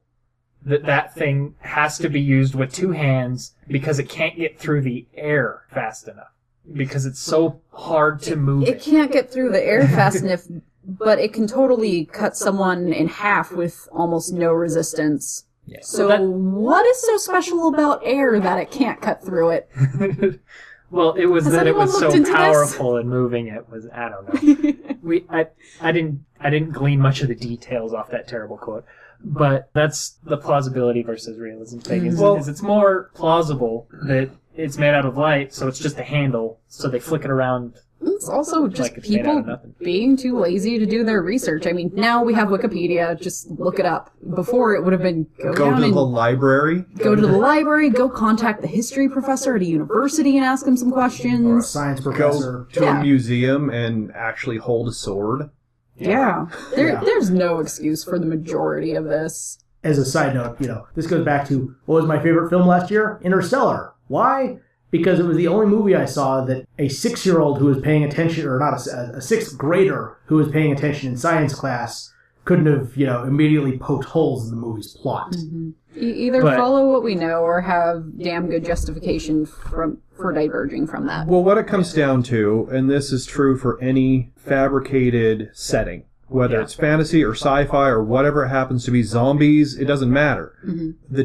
that that thing has to be used with two hands because it can't get through the air fast enough? because it's so hard to move.
It can't get through the air fast enough, but it can totally cut someone in half with almost no resistance.
Yeah.
So
That-
what is so special about air that it can't cut through it?
well, it was
Has
that it
anyone
was
looked
so
into this?
powerful and moving. It was I don't know. we I, I didn't I didn't glean much of the details off that terrible quote, but that's the plausibility versus realism thing. Is,
Well-
is it's more plausible that it's made out of light, so it's just a handle, so they flick it around
it's also just
like it's made out of
people
nothing.
being too lazy to do their research. I mean, now we have Wikipedia. Just look it up. Before it would have been go,
Go
down
to
and
the library.
go to the library, go contact the history professor at a university and ask him some
Or a
Mm.
questions.
science
Go
professor.
to
Yeah.
a museum and actually hold a sword.
Yeah. There,
Yeah.
There's no excuse for the majority of this.
As a side note, you know, this goes back to what was my favorite film last year? Interstellar. Why? Because it was the only movie I saw that a six-year-old who was paying attention, or not a s- a, a sixth grader who was paying attention in science class, couldn't have, you know, immediately poked holes in the movie's plot.
Mm-hmm.
E- either
But-
follow what we know or have damn good justification from for diverging from that.
Well, what it comes down to, and this is true for any fabricated setting, whether
Yeah.
it's fantasy or sci fi or whatever it happens to be, zombies, it doesn't matter.
Mm-hmm.
Mhm.
The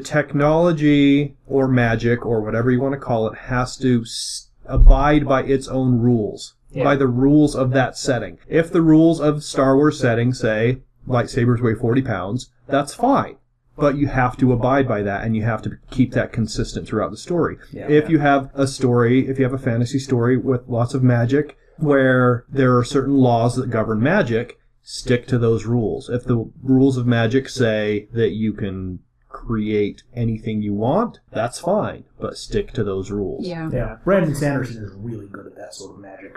technology or magic or whatever you want to call it has to s- abide by its own rules,
Yeah.
by the rules of that setting. If the rules of Star Wars setting say lightsabers weigh 40 pounds, that's fine but you have to abide by that and you have to keep that consistent throughout the story. if you have a story, if you have a fantasy story with lots of magic where there are certain laws that govern magic, stick to those rules. If the rules of magic say that you can create anything you want, that's fine, but stick to those rules.
Yeah.
Yeah, Brandon Sanderson is really good at that sort of magic.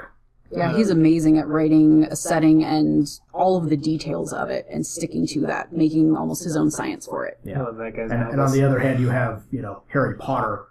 Yeah, he's amazing at writing a setting and all of the details of it and sticking to that, making almost his own science for it.
I love Oh, that guy's
And, and on
novels.
the other hand, you have you know Harry Potter.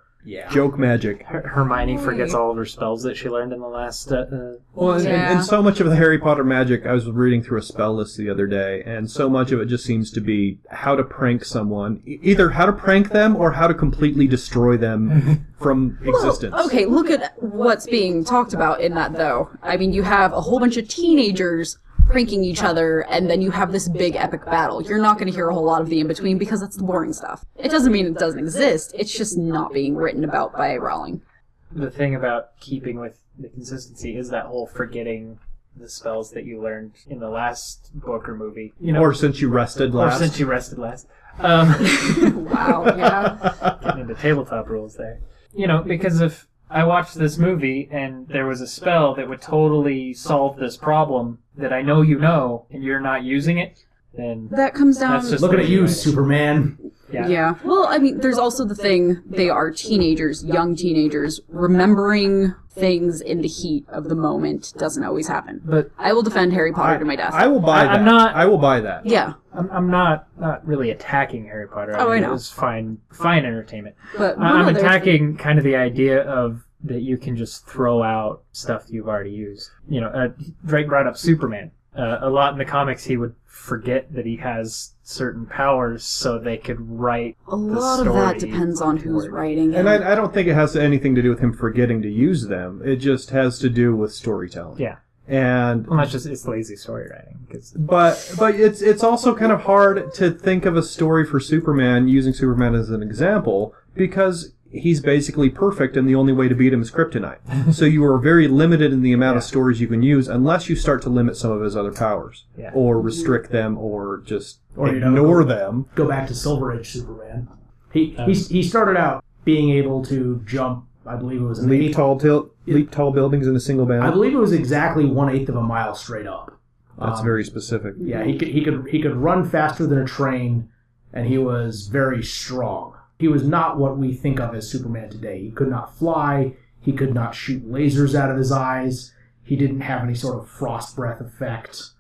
Joke magic.
Her- Hermione forgets all of her spells that she learned in the last. Uh, uh,
Well, and,
Yeah.
and, and so much of the Harry Potter magic, I was reading through a spell list the other day, and so much of it just seems to be how to prank someone. E- Either how to prank them or how to completely destroy them from existence.
Well, okay, look at what's being talked about in that, though. I mean, you have a whole bunch of teenagers pranking each other, and then you have this big epic battle. You're not going to hear a whole lot of the in between because that's the boring stuff. It doesn't mean it doesn't exist, it's just not being written about by Rowling.
the thing about keeping with the consistency is that whole forgetting the spells that you learned in the last book or movie, you know,
or since you rested
or
last.
since you rested last. Um,
wow, yeah.
getting into tabletop rules there. You know, because if I watched this movie and there was a spell that would totally solve this problem that I know you know and you're not using it, then
That comes down.
That's just-
Looking at you,
Right.
Superman.
yeah.
Yeah. Well, I mean, there's also the thing they are teenagers, young teenagers, remembering things in the heat of the moment doesn't always happen.
But-
I will defend Harry Potter to my death.
I will buy
I-
that.
I'm not-
I will buy that.
yeah,
I'm, I'm not not really attacking Harry Potter.
Oh, I
mean,
know.
It was fine, fine entertainment.
but one
I'm
other
attacking kind of the idea of that you can just throw out stuff you've already used. You know, uh, Drake brought up Superman. Uh, a lot in the comics, he would forget that he has certain powers, so they could write.
A lot of
story
that depends on who's
forward.
writing.
And
it.
I, I don't think it has anything to do with him forgetting to use them. It just has to do with storytelling.
Yeah.
And
Well, that's just it's lazy story writing. 'cause-
But but it's it's also kind of hard to think of a story for Superman using Superman as an example because he's basically perfect and the only way to beat him is kryptonite. so you are very limited in the amount of
Yeah.
stories you can use unless you start to limit some of his other powers
Yeah.
or restrict them or just
Or, you know,
ignore them.
go back to Silver Age Superman. He
Uh,
he, he started out being able to jump. I believe it was
Leap tall til- leap tall buildings in a single
I
bound.
believe it was exactly one eighth of a mile straight up.
That's
um,
very specific.
Yeah, he could he could he could run faster than a train, and he was very strong. He was not what we think of as Superman today. He could not fly. He could not shoot lasers out of his eyes. He didn't have any sort of frost breath effect.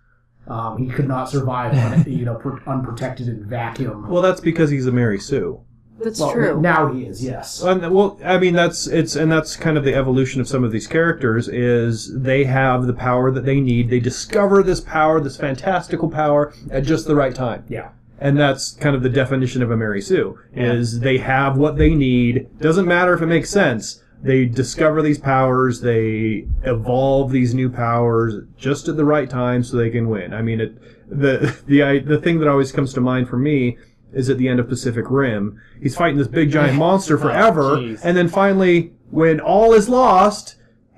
Um, he could not survive, un, you know, pr- unprotected in vacuum.
Well, that's because he's a Mary Sue.
That's
Well,
true.
Now he is, yes.
And, well, I mean that's it's and that's kind of the evolution of some of these characters is they have the power that they need. They discover this power, this fantastical power, at just the right time.
Yeah.
And that's kind of the definition of a Mary Sue is they have what they need. Doesn't matter if it makes sense. they discover these powers, they evolve these new powers just at the right time so they can win. I mean, it, the the I, the thing that always comes to mind for me is at the end of Pacific Rim. He's fighting this big giant monster forever,
Oh, jeez.
and then finally, when all is lost.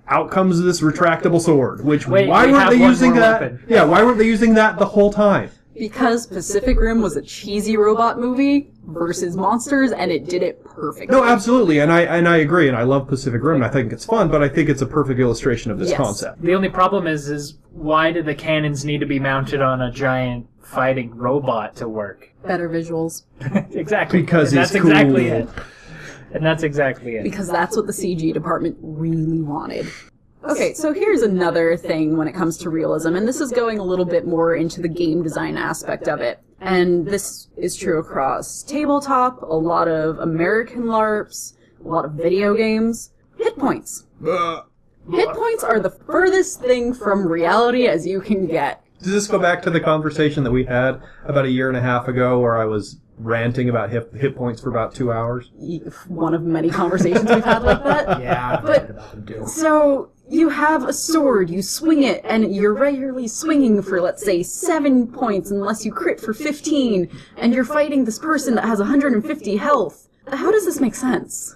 Out comes this retractable sword. Which
Wait,
why
we
weren't
have
they
one
using
more
that?
weapon.
Yeah, why weren't they using that the whole time?
Because Pacific Rim was a cheesy robot movie versus monsters, and it did it perfectly.
No, absolutely, and I and I agree, and I love Pacific Rim, and I think it's fun, but I think it's a perfect illustration of this
Yes.
concept.
The only problem is, is why do the cannons need to be mounted on a giant fighting robot to work?
Better visuals.
exactly.
Because
and
he's
that's exactly
cool.
it. And that's exactly it.
Because that's what the CG department really wanted. Okay, so here's another thing when it comes to realism, and this is going a little bit more into the game design aspect of it. And this is true across tabletop, a lot of American LARPs, a lot of video games. Hit points.
Uh,
Hit points are the furthest thing from reality as you can get.
Does this go back to the conversation that we had about a year and a half ago, where I was ranting about hit, hit points for about two hours?
e, one of many conversations we've had like that.
Yeah, I've read about them too.
So you have a sword, you swing it, and you're regularly swinging for, let's say, seven points unless you crit for 15, and you're fighting this person that has 150 health. How does this make sense?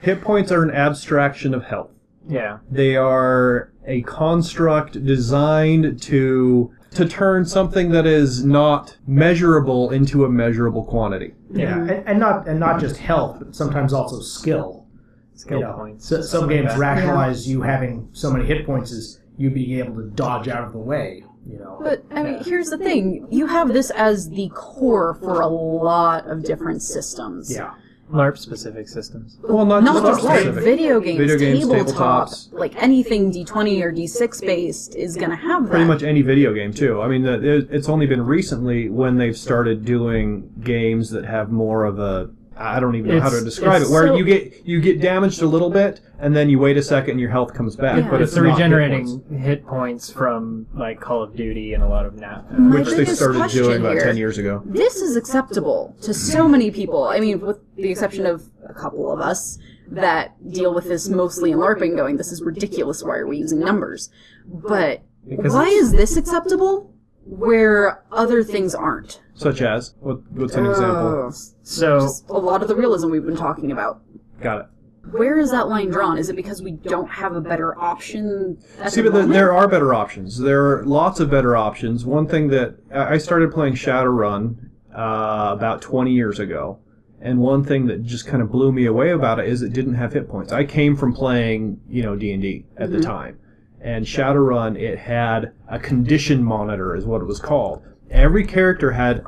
Hit points are an abstraction of health.
Yeah.
They are a construct designed to to turn something that is not measurable into a measurable quantity.
Yeah, and, and not and not just health, but sometimes also skill.
Skill
you know.
points.
So, some games
Yeah.
rationalize you having so many hit points is you being able to dodge out of the way. You know.
But, I mean, here's the thing you have this as the core for a lot of different systems.
yeah.
LARP specific systems.
Well, not,
Not
just
just like
specific.
video games,
Video games,
tabletop,
tabletops.
like anything D20 or D6 based is going to have that.
pretty much any video game too. I mean, the- it- it's only been recently when they've started doing games that have more of a I don't even know how
It's-
to describe it,
it's
where
so-
you get you get damaged a little bit and then you wait a second and your health comes back,
Yeah.
but
it's
it's,
the
not hit
regenerating
points,
hit points from like Call of Duty and a lot of now.
My
which they
biggest
started
question
doing about
here-
ten years ago.
this is acceptable to so many people. I mean, with the exception of a couple of us that deal with this mostly in LARPing, going, this is ridiculous. Why are we using numbers? But
Because
why is this acceptable where other things aren't?
Such as what, what's an example?
Uh,
so
Just a lot of the realism we've been talking about.
Got it.
Where is that line drawn? Is it because we don't have a better option? At
See,
the
but there,
moment?
there are better options. There are lots of better options. One thing that I I started playing Shadowrun uh, about 20 years ago, and one thing that just kind of blew me away about it is it didn't have hit points. I came from playing, you know, D and D at the time, and Shadowrun it had a condition monitor, is what it was called. Every character had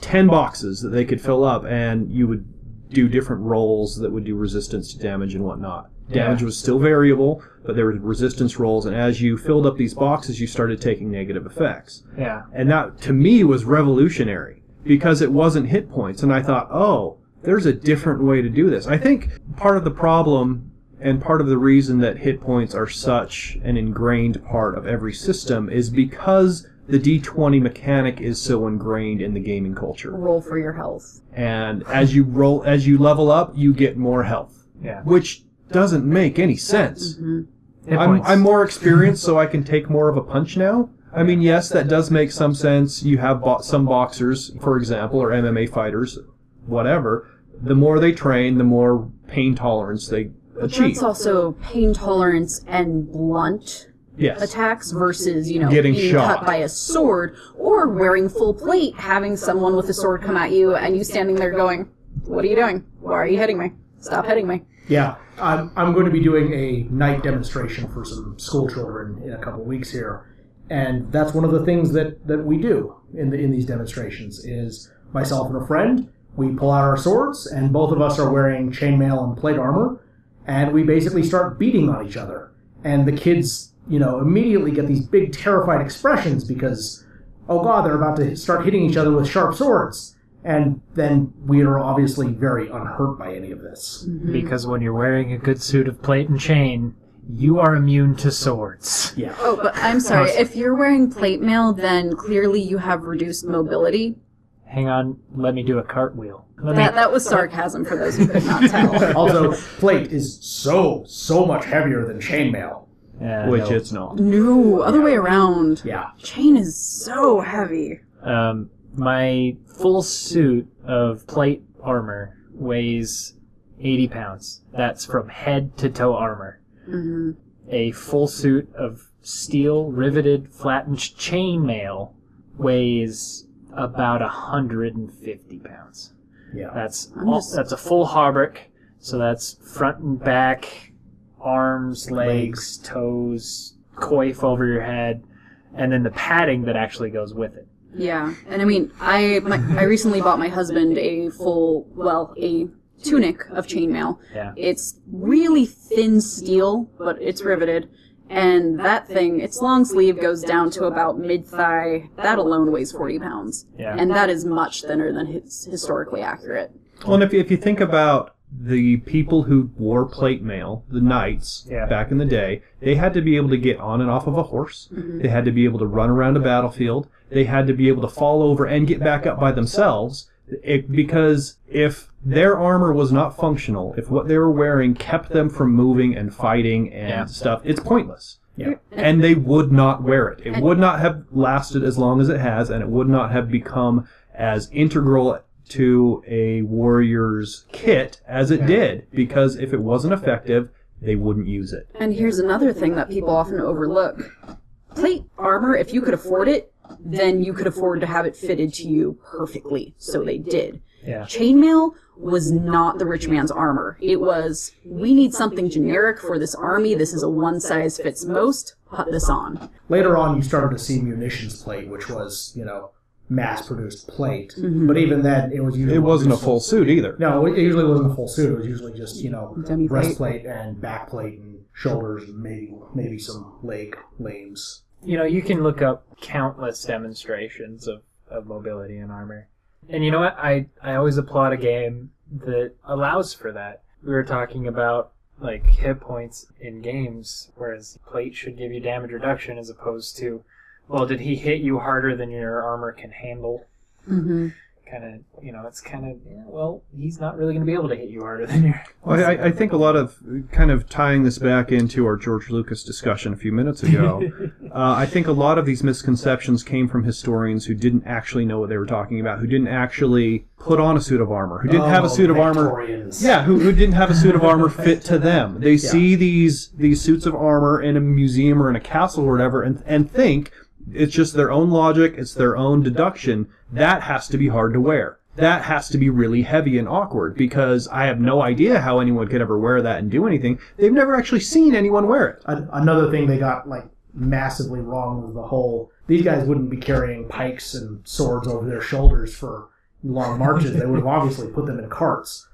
10 boxes that they could fill up, and you would do different rolls that would do resistance to damage and whatnot. Damage was still variable, but there were resistance rolls, and as you filled up these boxes, you started taking negative effects.
yeah.
And that, to me, was revolutionary because it wasn't hit points. And I thought, oh, there's a different way to do this. I think part of the problem and part of the reason that hit points are such an ingrained part of every system is because the D20 mechanic is so ingrained in the gaming culture
roll for your health.
and as you roll as you level up you get more health
Yeah.
which doesn't make any sense
Hit
I'm,
points.
I'm more experienced so i can take more of a punch now i mean yes that does make some sense you have bo- some boxers for example or mma fighters whatever the more they train the more pain tolerance they achieve
That's also pain tolerance and blunt
yes
attacks versus you know
Getting
being
shot.
cut by a sword or wearing full plate, having someone with a sword come at you and you standing there going, "What are you doing? Why are you hitting me? Stop hitting me!"
Yeah, I'm, I'm going to be doing a night demonstration for some school children in a couple weeks here, and that's one of the things that, that we do in the, in these demonstrations is myself and a friend we pull out our swords and both of us are wearing chainmail and plate armor, and we basically start beating on each other, and the kids you know immediately get these big terrified expressions because oh god they're about to start hitting each other with sharp swords. And then we are obviously very unhurt by any of this.
Mm.
because when you're wearing a good suit of plate and chain, you are immune to swords.
Yeah.
Oh, but I'm sorry. If you're wearing plate mail, then clearly you have reduced mobility.
hang on, let me do a cartwheel. Let me
That, that was sarcasm for those who could not tell.
Also, plate is so so much heavier than chainmail.
Yeah,
which
no.
it's not.
no, other way around.
Yeah,
Chain is so heavy.
Um, my full suit of plate armor weighs 80 pounds. That's from head to toe armor.
Mhm.
A full suit of steel riveted flattened chainmail weighs about 150 pounds.
yeah.
That's
I'm
all,
just-
that's a full hauberk, so that's front and back, arms, legs, toes, coif over your head, and then the padding that actually goes with it.
Yeah, and I mean, I my, I recently bought my husband a full, well, a tunic of chainmail.
Yeah.
It's really thin steel, but it's riveted, and that thing, its long sleeve goes down to about mid thigh. That alone weighs forty pounds,
Yeah.
and that is much thinner than his historically accurate.
Well, and if you, if you think about the people who wore plate mail, the knights
Yeah.
back in the day, they had to be able to get on and off of a horse. They had to be able to run around a battlefield. They had to be able to fall over and get back up by themselves. It, because if their armor was not functional, if what they were wearing kept them from moving and fighting and
Yeah.
stuff, it's pointless.
Yeah.
And they would not wear it. It would not have lasted as long as it has, and it would not have become as integral to a warrior's kit as it did, because if it wasn't effective, they wouldn't use it.
And here's another thing that people often overlook. Plate armor, if you could afford it, then you could afford to have it fitted to you perfectly. So they did.
Yeah.
Chainmail was not the rich man's armor. It was, we need something generic for this army. This is a one size fits most. Put this on.
Later on, you started to see munitions plate, which was you know mass produced plate. But even then, it was usually
It wasn't a full suit either.
No, it usually wasn't a full suit. It was usually just you know
Demi plate.
breastplate and backplate and shoulders and maybe maybe some leg lames.
You know, you can look up countless demonstrations of, of mobility and armor. And you know what? I, I always applaud a game that allows for that. We were talking about like hit points in games, whereas plate should give you damage reduction as opposed to, well, did he hit you harder than your armor can handle?
Mm-hmm.
Kind of, you know, it's kind of, yeah, well, he's not really going to be able to hit you harder than your.
Well, I, I think a lot of kind of tying this back into our George Lucas discussion a few minutes ago. uh, I think a lot of these misconceptions came from historians who didn't actually know what they were talking about, who didn't actually put on a suit of armor, who didn't have a
Oh,
suit of armor
Victorians.
Yeah, who, who didn't have a suit of armor fit to them. They see these these suits of armor in a museum or in a castle or whatever, and and think it's just their own logic, it's their own deduction. That has to be hard to wear. That has to be really heavy and awkward because I have no idea how anyone could ever wear that and do anything. They've never actually seen anyone wear it.
An- another thing they got like massively wrong was the whole these guys wouldn't be carrying pikes and swords over their shoulders for long marches they would have obviously put them in carts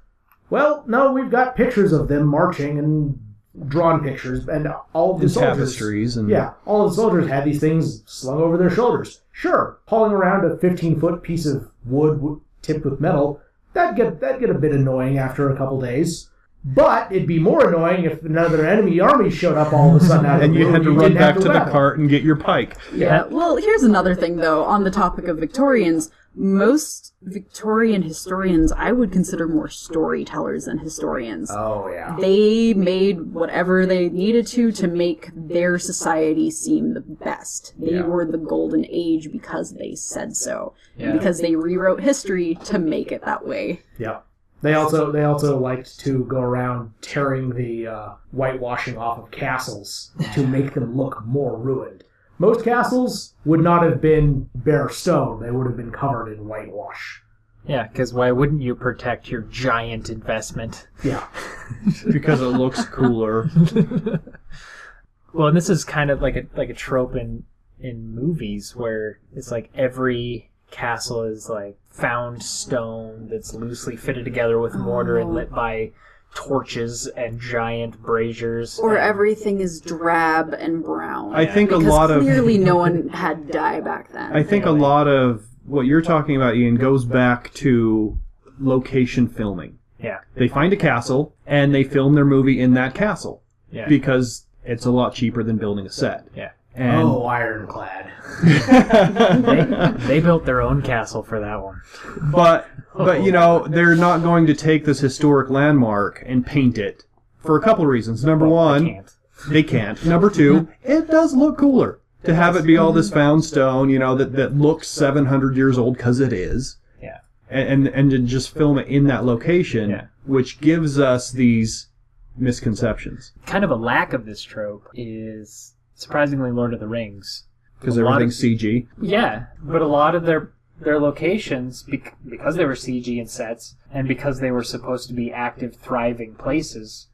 well no we've got pictures of them marching and drawn pictures and all of the
And
soldiers
tapestries and
yeah all of the soldiers had these things slung over their shoulders sure hauling around a 15 foot piece of wood w- tipped with metal that'd get that'd get a bit annoying after a couple days but it'd be more annoying if another enemy army showed up all of a sudden out of
and
the
you
blue
had to
and
run
didn't
back
have
to the
weapon.
cart and get your pike.
Yeah. Uh, Well, here's another thing, though, on the topic of Victorians. Most Victorian historians I would consider more storytellers than historians.
oh yeah
they made whatever they needed to to make their society seem the best. They
Yeah.
were the golden age because they said so.
Yeah.
Because they rewrote history to make it that way.
yeah they also they also liked to go around tearing the uh, whitewashing off of castles to make them look more ruined most castles would not have been bare stone they would have been covered in whitewash
Yeah, because why wouldn't you protect your giant investment?
Yeah.
Because it looks cooler.
Well, and this is kind of like a like a trope in in movies where it's like every castle is like found stone that's loosely fitted together with mortar and lit by torches and giant braziers.
Or
and-
everything is drab and brown.
I think
because
a lot of
clearly no one had dye back then.
I think a lot of what you're talking about, Ian, goes back to location filming.
Yeah.
They find a castle and they film their movie in that castle
Yeah.
because it's a lot cheaper than building a set.
Yeah.
and
oh, ironclad.
they, they built their own castle for that one.
but but you know they're not going to take this historic landmark and paint it for a couple of reasons. Number
I
one,
can't.
they can't. Number two, it does look cooler to have it be all this found stone, you know, that that looks 700 years old because it is.
Yeah.
And and, and to just film it in that location,
Yeah.
which gives us these misconceptions
Kind of a lack of this trope is surprisingly Lord of the Rings.
because
A lot of-
everything's CG.
Yeah,
But a lot of their their locations, bec- because they were CG and sets, and because they were supposed to be active, thriving places,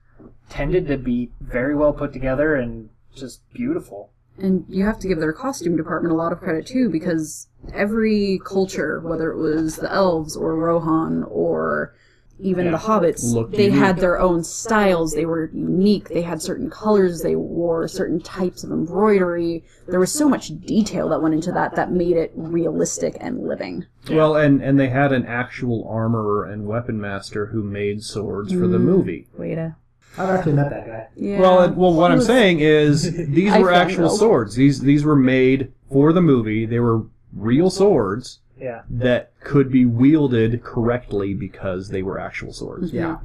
tended to be very well put together and just beautiful.
And you have to give their costume department a lot of credit too, because every culture, whether it was the elves or Rohan or even the hobbits,
Looked
they
unique.
had their own styles. They were unique. They had certain colors they wore, certain types of embroidery. There was so much detail that went into that that made it realistic and living.
Well, and and they had an actual armorer and weapon master who made swords for the movie.
Way to.
I've actually met that guy.
Mm. Yeah.
Well, it, well, what
He
I'm
was-
saying is these
I
were
felt
actual
though.
swords. These these were made for the movie. They were real swords
Yeah.
that could be wielded correctly because they were actual swords.
Yeah.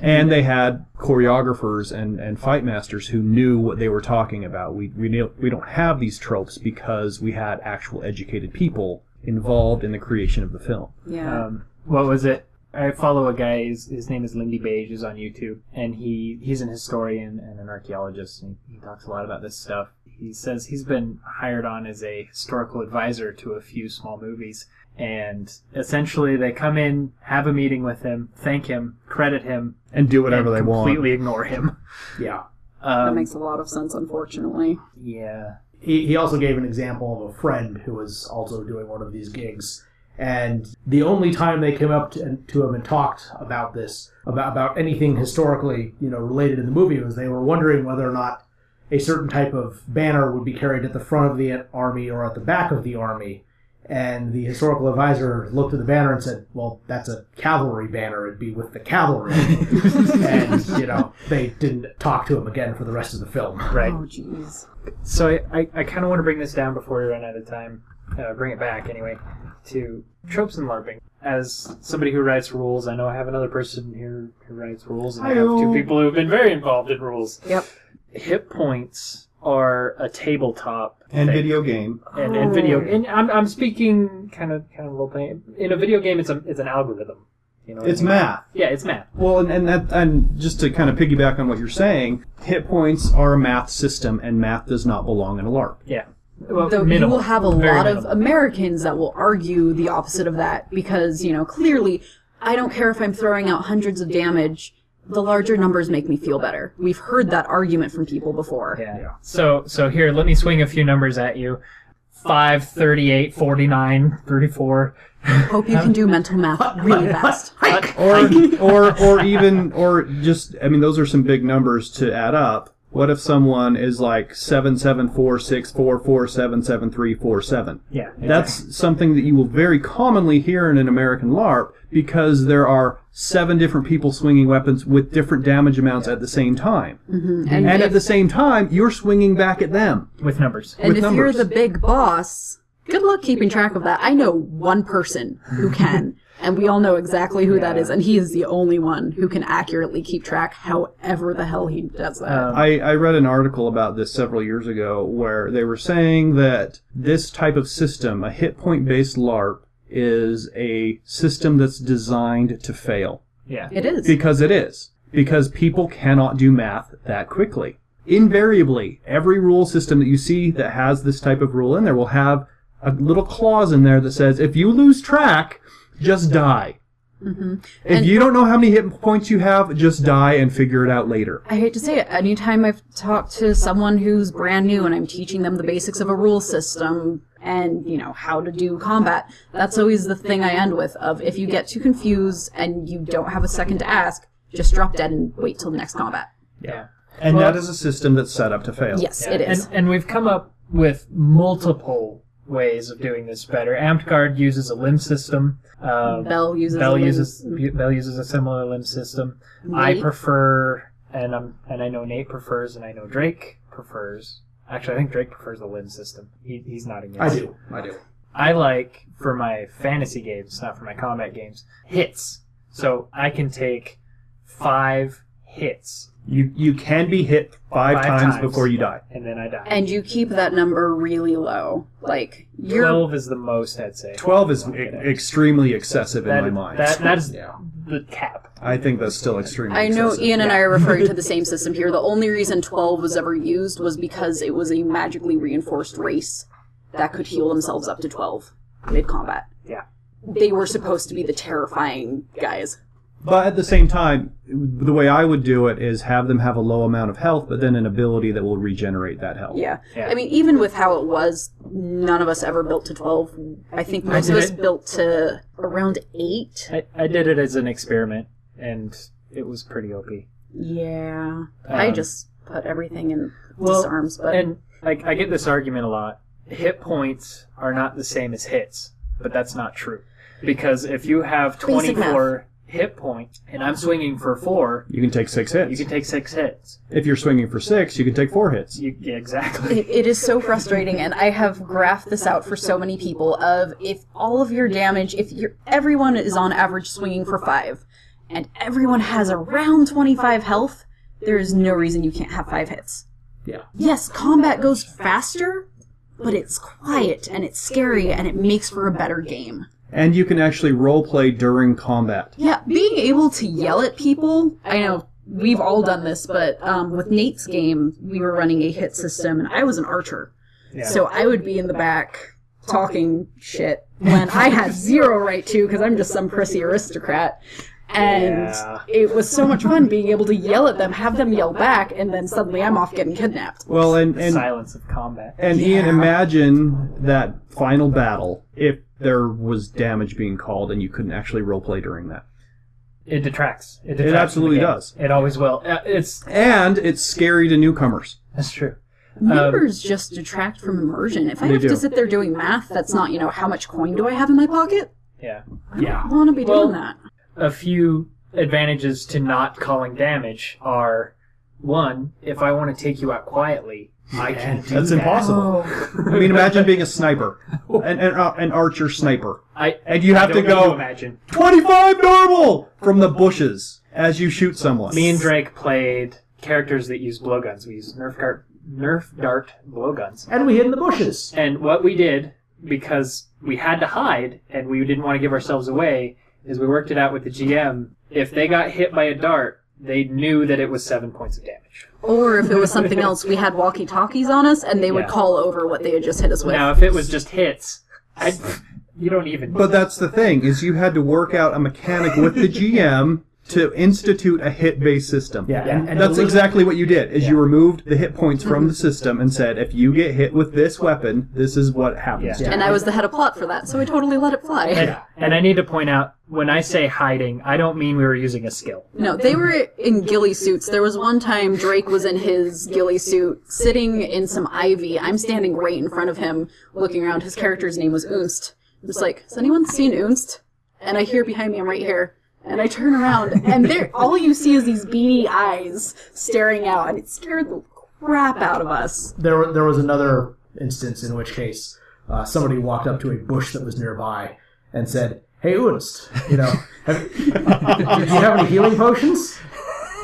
And they had choreographers and, and fight masters who knew what they were talking about. We we knew, we don't have these tropes because we had actual educated people involved in the creation of the film.
Yeah.
um, what was it? I follow a guy. His, his name is Lindy Beige. Is on YouTube, and he he's an historian and an archaeologist, and he talks a lot about this stuff. He says he's been hired on as a historical advisor to a few small movies, and essentially they come in, have a meeting with him, thank him, credit him,
And do whatever
and
they want.
completely ignore him.
Yeah.
that
Um,
makes a lot of sense, unfortunately.
yeah.
He, he also gave an example of a friend who was also doing one of these gigs. And the only time they came up to, to him and talked about this, about, about anything historically, you know, related in the movie, was they were wondering whether or not a certain type of banner would be carried at the front of the army or at the back of the army. And the historical advisor looked at the banner and said, "Well, that's a cavalry banner. It'd be with the cavalry." and you know, they didn't talk to him again for the rest of the film.
Right.
Oh, jeez.
So I, I, I kind of want to bring this down before we run out of time. Uh, bring it back anyway to tropes and LARPing. As somebody who writes rules, I know I have another person here who writes rules, and I have two
Hi-yo.
people who have been very involved in rules.
Yep.
Hit points are a tabletop
And
thing.
video game.
and, and video
Oh.
and I'm, I'm speaking kind of kind of role playing in a video game. It's a it's an algorithm. You know, what I
It's
mean?
math.
Yeah, it's math.
Well, and, and that, and just to kind of piggyback on what you're saying, hit points are a math system, and math does not belong in a LARP.
Well,
Though
minimal,
you will have a
very
lot
minimal.
of Americans that will argue the opposite of that because, you know, clearly, I don't care if I'm throwing out hundreds of damage, the larger numbers make me feel better. We've heard that argument from people before.
Yeah. So so here, let me swing a few numbers at you. 5, 38, 49, 34.
Hope you can do mental math really fast.
Or or or even or just I mean those are some big numbers to add up. What if someone is like seven seven four six four four seven seven three four seven?
Yeah.
That's something that you will very commonly hear in an American LARP because there are seven different people swinging weapons with different damage amounts at the same time.
And,
And
if,
at the same time, you're swinging back at them.
with numbers.
and
with
if you're
numbers.
the big boss, good luck keeping track of that. I know one person who can. And we all know exactly who that is, and he is the only one who can accurately keep track, however the hell he does that.
Um,
I, I read an article about this several years ago where they were saying that this type of system, a hit point based LARP, is a system that's designed to fail.
yeah.
it is.
Because it is. Because people cannot do math that quickly. Invariably, every rule system that you see that has this type of rule in there will have a little clause in there that says if you lose track, just die. If
And-
you don't know how many hit points you have, just die and figure it out later.
I hate to say it. Anytime I've talked to someone who's brand new and I'm teaching them the basics of a rule system and, you know, how to do combat, that's always the thing I end with of if you get too confused and you don't have a second to ask, just drop dead and wait till the next combat.
And
Well-
that is a system that's set up to fail.
Yes, it is.
And, and we've come up with multiple ways of doing this better. Amped-Guard uses a limb system. Uh,
Bell uses
Bell
a little-
uses Bell uses a similar limb system. I
Nate?
prefer, and I'm and I know Nate prefers, and I know Drake prefers. Actually, I think Drake prefers the live system. He, he's nodding.
I
Yes.
do.
I do.
I like for my fantasy games, not for my combat games, hits. So I can take five hits
You you can be hit five,
Five
times,
times.
before you die.
and then I die.
And you keep that number really low. Like you're
Twelve is the most I'd say.
Twelve is e- extremely excessive in
That-
my mind.
that- that is
yeah.
the cap.
I think that's still extremely.
I know
excessive.
Ian and I are referring to the same system here. The only reason 12 was ever used was because it was a magically reinforced race that could heal themselves up to 12 mid combat.
Yeah.
They were supposed to be the terrifying guys.
But at the same time, the way I would do it is have them have a low amount of health, but then an ability that will regenerate that health.
Yeah.
Yeah.
I mean, even with how it was, none of us ever built to 12. I think most of
did
us built to around 8.
I, I did it as an experiment, and it was pretty OP.
Yeah. I
Um,
just put everything in
Well,
disarms, but
and like I get this argument a lot. Hit points are not the same as hits, but that's not true because if you have
Basic math.
24 hit points and I'm swinging for four,
You can take six hits.
you can take six hits.
if you're swinging for six, you can take four hits.
You, yeah, exactly.
It, it is so frustrating, and I have graphed this out for so many people. Of if all of your damage, if your everyone is on average swinging for five, and everyone has around twenty five health, there is no reason you can't have five hits.
Yeah.
Yes, combat goes faster, but it's quiet and it's scary and it makes for a better game.
And you can actually role play during combat.
Yeah, being able to yell at people, I know we've all done this, but um, with Nate's game, we were running a hit system, and I was an archer.
Yeah.
So I would be in the back talking shit when I had zero right to because I'm just some prissy aristocrat. And
Yeah.
it was so much fun being able to yell at them, have them yell back, and then suddenly I'm off getting kidnapped.
Well, and
The
and
silence of combat.
And Ian, imagine that final battle if there was damage being called and you couldn't actually roleplay during that.
It detracts. It, detracts from the
absolutely
game.
does.
It always will. Uh, It's
And it's scary to newcomers.
that's true.
Numbers just detract from immersion. If I
They
have
do.
to sit there doing math, that's not, you know, how much coin do I have in my pocket?
Yeah.
I want to be
Well-
doing that.
a few advantages to not calling damage are one, if I want to take you out quietly, I can do
That's
that.
impossible. I mean, imagine being a sniper, an, an, uh, an archer sniper,
I
and you have
I
to
don't know what
go
imagine.
25 normal from the bushes as you shoot someone.
Me and Drake played characters that use blowguns. We used Nerf dart, Nerf dart blowguns.
And we hid in the bushes.
And what we did, because we had to hide and we didn't want to give ourselves away, is we worked it out with the GM. If they got hit by a dart, they knew that it was seven points of damage.
Or if it was something else, we had walkie talkies on us and they would
Yeah.
call over what they had just hit us with.
Now, if it was just hits, I'd, you don't even.
But that's the thing is you had to work out a mechanic with the GM to institute a hit-based system.
Yeah, and, and
That's
deliver-
exactly what you did. Is you removed the hit points from the system and said, if you get hit with this weapon, this is what happens.
Yeah.
And I was the head of plot for that, so I totally let it fly.
And, and I need to point out when I say hiding, I don't mean we were using a skill.
No, they were in ghillie suits. There was one time Drake was in his ghillie suit, sitting in some ivy. I'm standing right in front of him, looking around. His character's name was Unst. I'm just like, has anyone seen Unst? And I hear behind me, I'm right here. And I turn around, and there, all you see is these beady eyes staring out, and it scared the crap out of us.
there, there was another instance in which case uh, somebody walked up to a bush that was nearby and said, "Hey, Unst, you know, have, do you have any healing potions?"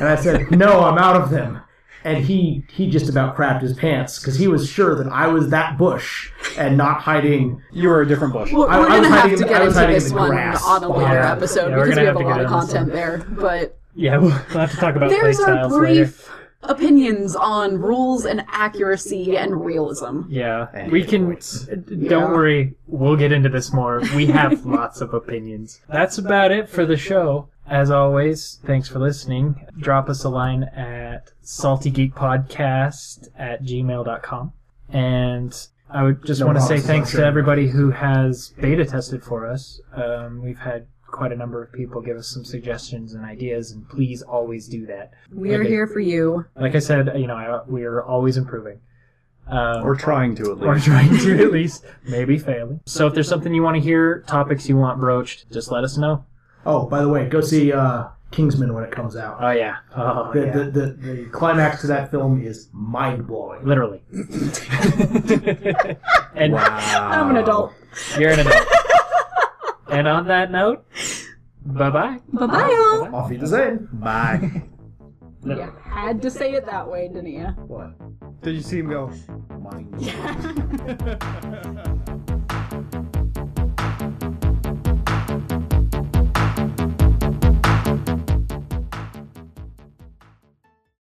And I said, "No, I'm out of them." And he he just about crapped his pants because he was sure that I was that bush and not hiding.
You were a different bush.
We're,
I-
we're
I
gonna
was
have
hiding
to
in-
get
I was
into
hiding in
this
the
one
grass.
on a later
Yeah.
episode
Yeah, we're
because
gonna
we have,
have to
a
get
lot of
into this
content there, but.
Yeah, we'll have to talk about
There's our
playstyles later.
brief opinions on rules and accuracy and realism.
Yeah,
And
we
hit
can.
points.
d- d-
Yeah.
Don't worry, we'll get into this more. We have lots of opinions. That's about it for the show. As always, thanks for listening. Drop us a line at saltygeekpodcast at gmail.com. And I would just
No
want to say
promises,
thanks
I'm
to
sure.
everybody who has beta tested for us. Um, we've had quite a number of people give us some suggestions and ideas, and please always do that.
We are
Okay.
here for you.
Like I said, you know, I, we are always improving. Um,
Or trying to at
or
least.
trying to at least maybe failing. So if there's something you want to hear, topics you want broached, just let us know.
Oh, by the way, go see uh, Kingsman when it comes out.
Oh yeah. Oh
the,
yeah.
the, the, the climax to that film is mind blowing.
Literally. and
I'm an adult.
you're an adult. and on that note, bye bye.
Bye bye.
Off you design.
Bye.
You had to say it that way, didn't you?
What?
Did you see him go?
Mind
Yeah.